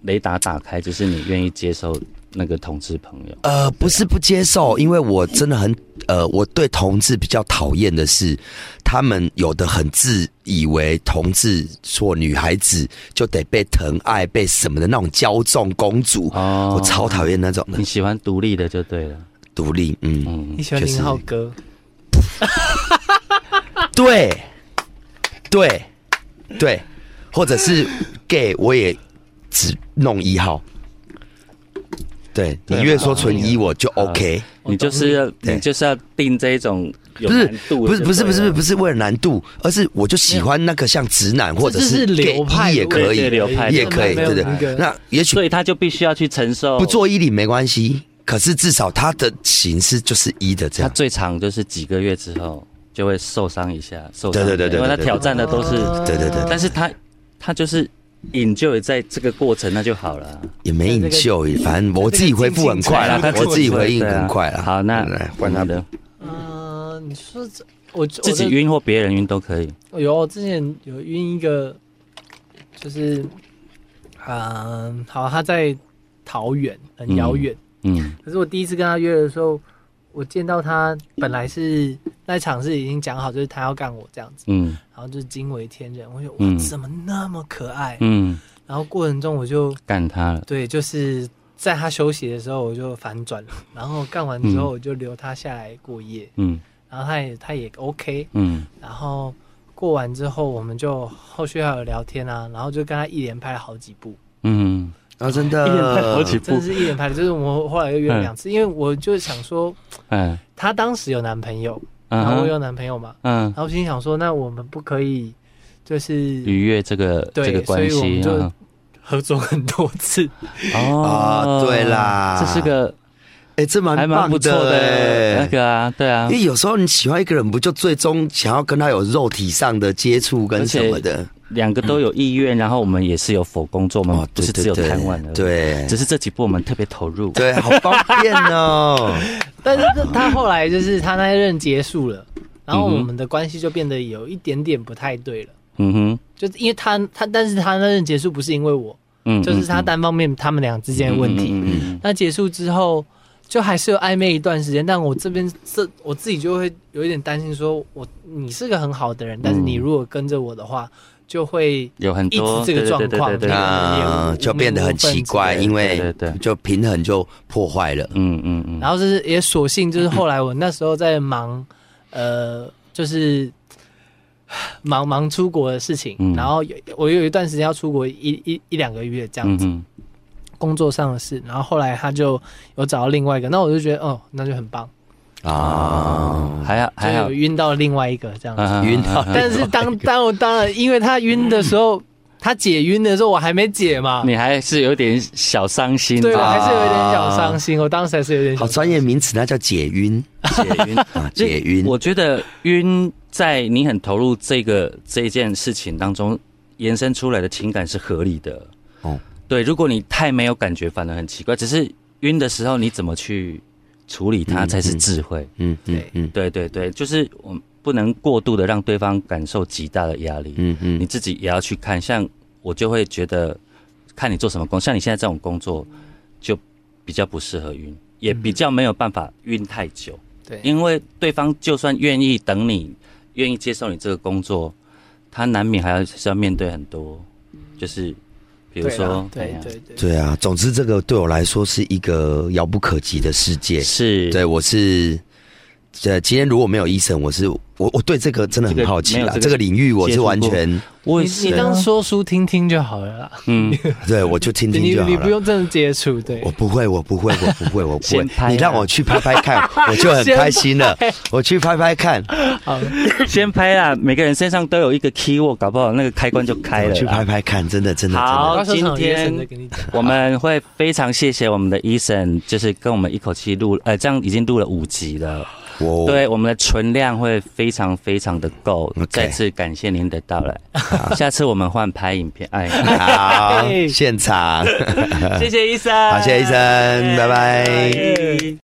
雷达打开，只是你愿意接受那个同志朋友。呃，不是不接受，因为我真的很呃，我对同志比较讨厌的是，他们有的很自以为同志或女孩子就得被疼爱、被什么的那种骄纵公主，哦我超讨厌那种的你喜欢独立的就对了，独立。嗯，嗯你，喜欢就是林浩哥，对，对，对，或者是 gay，我也只弄一号。对啊你越说纯一，我就 OK。你就是要对你就是要定这一种有不是难度不的是就不是不对是了不是为了难度，而是我就喜欢那个像直男或者这是 gay 流派一也可对对以，流派一也可以，对不对没有一个？那也许所以他就必须要去承受不做一零没关系，可是至少他的形式就是一的这他样。最长就是几个月之后就会受伤一下，受伤对对对对因为他对对挑战的都是，啊对对对，但是他他就是 enjoy 在这个过程，那就好了。啊也没引咎，反正我自己回复很快啦对这，个我自己回应对啊很快啦。好，那来换他你的，的，嗯、你说这我自自己晕或别人晕都可以。哦有，我之前有晕一个，就是，嗯，好，他在桃园，很遥远。嗯可是我第一次跟他约的时候，我见到他本来是那一场是已经讲好，就是他要干我这样子，嗯然后就是惊为天人。我就嗯哇，怎么那么可爱？嗯，然后过程中我就干他了。对，就是在他休息的时候我就反转了，然后干完之后我就留他下来过夜，嗯然后他也他也 OK，嗯然后过完之后，我们就后续还有聊天啊，然后就跟他一连拍了好几部，嗯，啊，真的，真的是一连拍的，就是我后来又约了两次，因为我就想说，嗯她当时有男朋友，然后我有嗯男朋友嘛，嗯然，后我心想说，那我们不可以就是愉悦这个对这个关所以我系们就啊合作很多次， 哦啊对啦这是个哎，这蛮还蛮棒不错的那哎个啊，对啊因，为有时候你喜欢一个人，不就最终想要跟他有肉体上的接触跟什么的？两个都有意愿，然后我们也是有否工作，我们不哦对是对只有对贪玩而已，对只是这几部我们特别投入，对，好方便哦。但是这他后来就是他那一任结束了，然后嗯哼我们的关系就变得有一点点不太对了，嗯哼，就是因为他他，但是他那任结束不是因为我，嗯，就是他嗯单方面他们俩之间的问题。嗯嗯嗯那结束之后，就还是有暧昧一段时间，但我这边这我自己就会有一点担心说，我你是个很好的人，但是你如果跟着我的话，就会嗯有很一直多这个对对状对对况 对对那啊，就变得很奇怪，因对为对对就平衡就破坏了。嗯嗯嗯，然后就是也索性就是后来我那时候在忙，呃，就是 忙忙出国的事情，嗯然后有我有一段时间要出国一一一两个月这样子，嗯工作上的事，然后后来他就有找到另外一个，那我就觉得哦，那就很棒，啊，嗯，还好就还好有，晕到另外一个这样子，啊晕到但是当当我当然因为他晕的时候，他解晕的时候我还没解嘛，你还是有点小伤心啊对，啊我吧还是有点小伤心，我当时还是有点小好专业名词，那叫解晕解晕。 啊，解晕。我觉得晕在你很投入这个这一件事情当中延伸出来的情感是合理的。哦哦，对，如果你太没有感觉，反而很奇怪。只是晕的时候，你怎么去处理它嗯才是嗯智慧。嗯嗯嗯对对对，就是我们不能过度的让对方感受极大的压力。嗯你嗯，自己也要去看。像我就会觉得，看你做什么工，像你现在这种工作就比较不适合晕，也嗯比较没有办法晕太久。对因为对方就算愿意等你，愿意接受你这个工作，他难免还要是要面对很多，就是比如对说啦，对哎呀对对，对啊。总之，这个对我来说是一个遥不可及的世界。是，对我是呃，今天如果没有医生，我是我我对这个真的很好奇这个啦没，有这个这个领域我是完全我你你当说书听听就好了啦，嗯，对，我就听听你就好你不了。用真的接触，对我，不会，我不会，我不会，我不 会先拍。啊你让我去拍拍 看，我就很开心了。我去拍拍看，好，先拍啦，每个人身上都有一个 key word，搞不好那个开关就开我了去拍啦。拍看，真的，真的，真好的。到时候今场有医生天再跟你讲， 我们会非常谢谢我们的医生，就是跟我们一口气录，呃，这样已经录了五集了。我对，我们的存量会非常非常的够。哦 OK 再次感谢您的到来，下次我们换拍影片。哎， 好，现场，谢谢医生，好，谢谢医生，拜拜。拜拜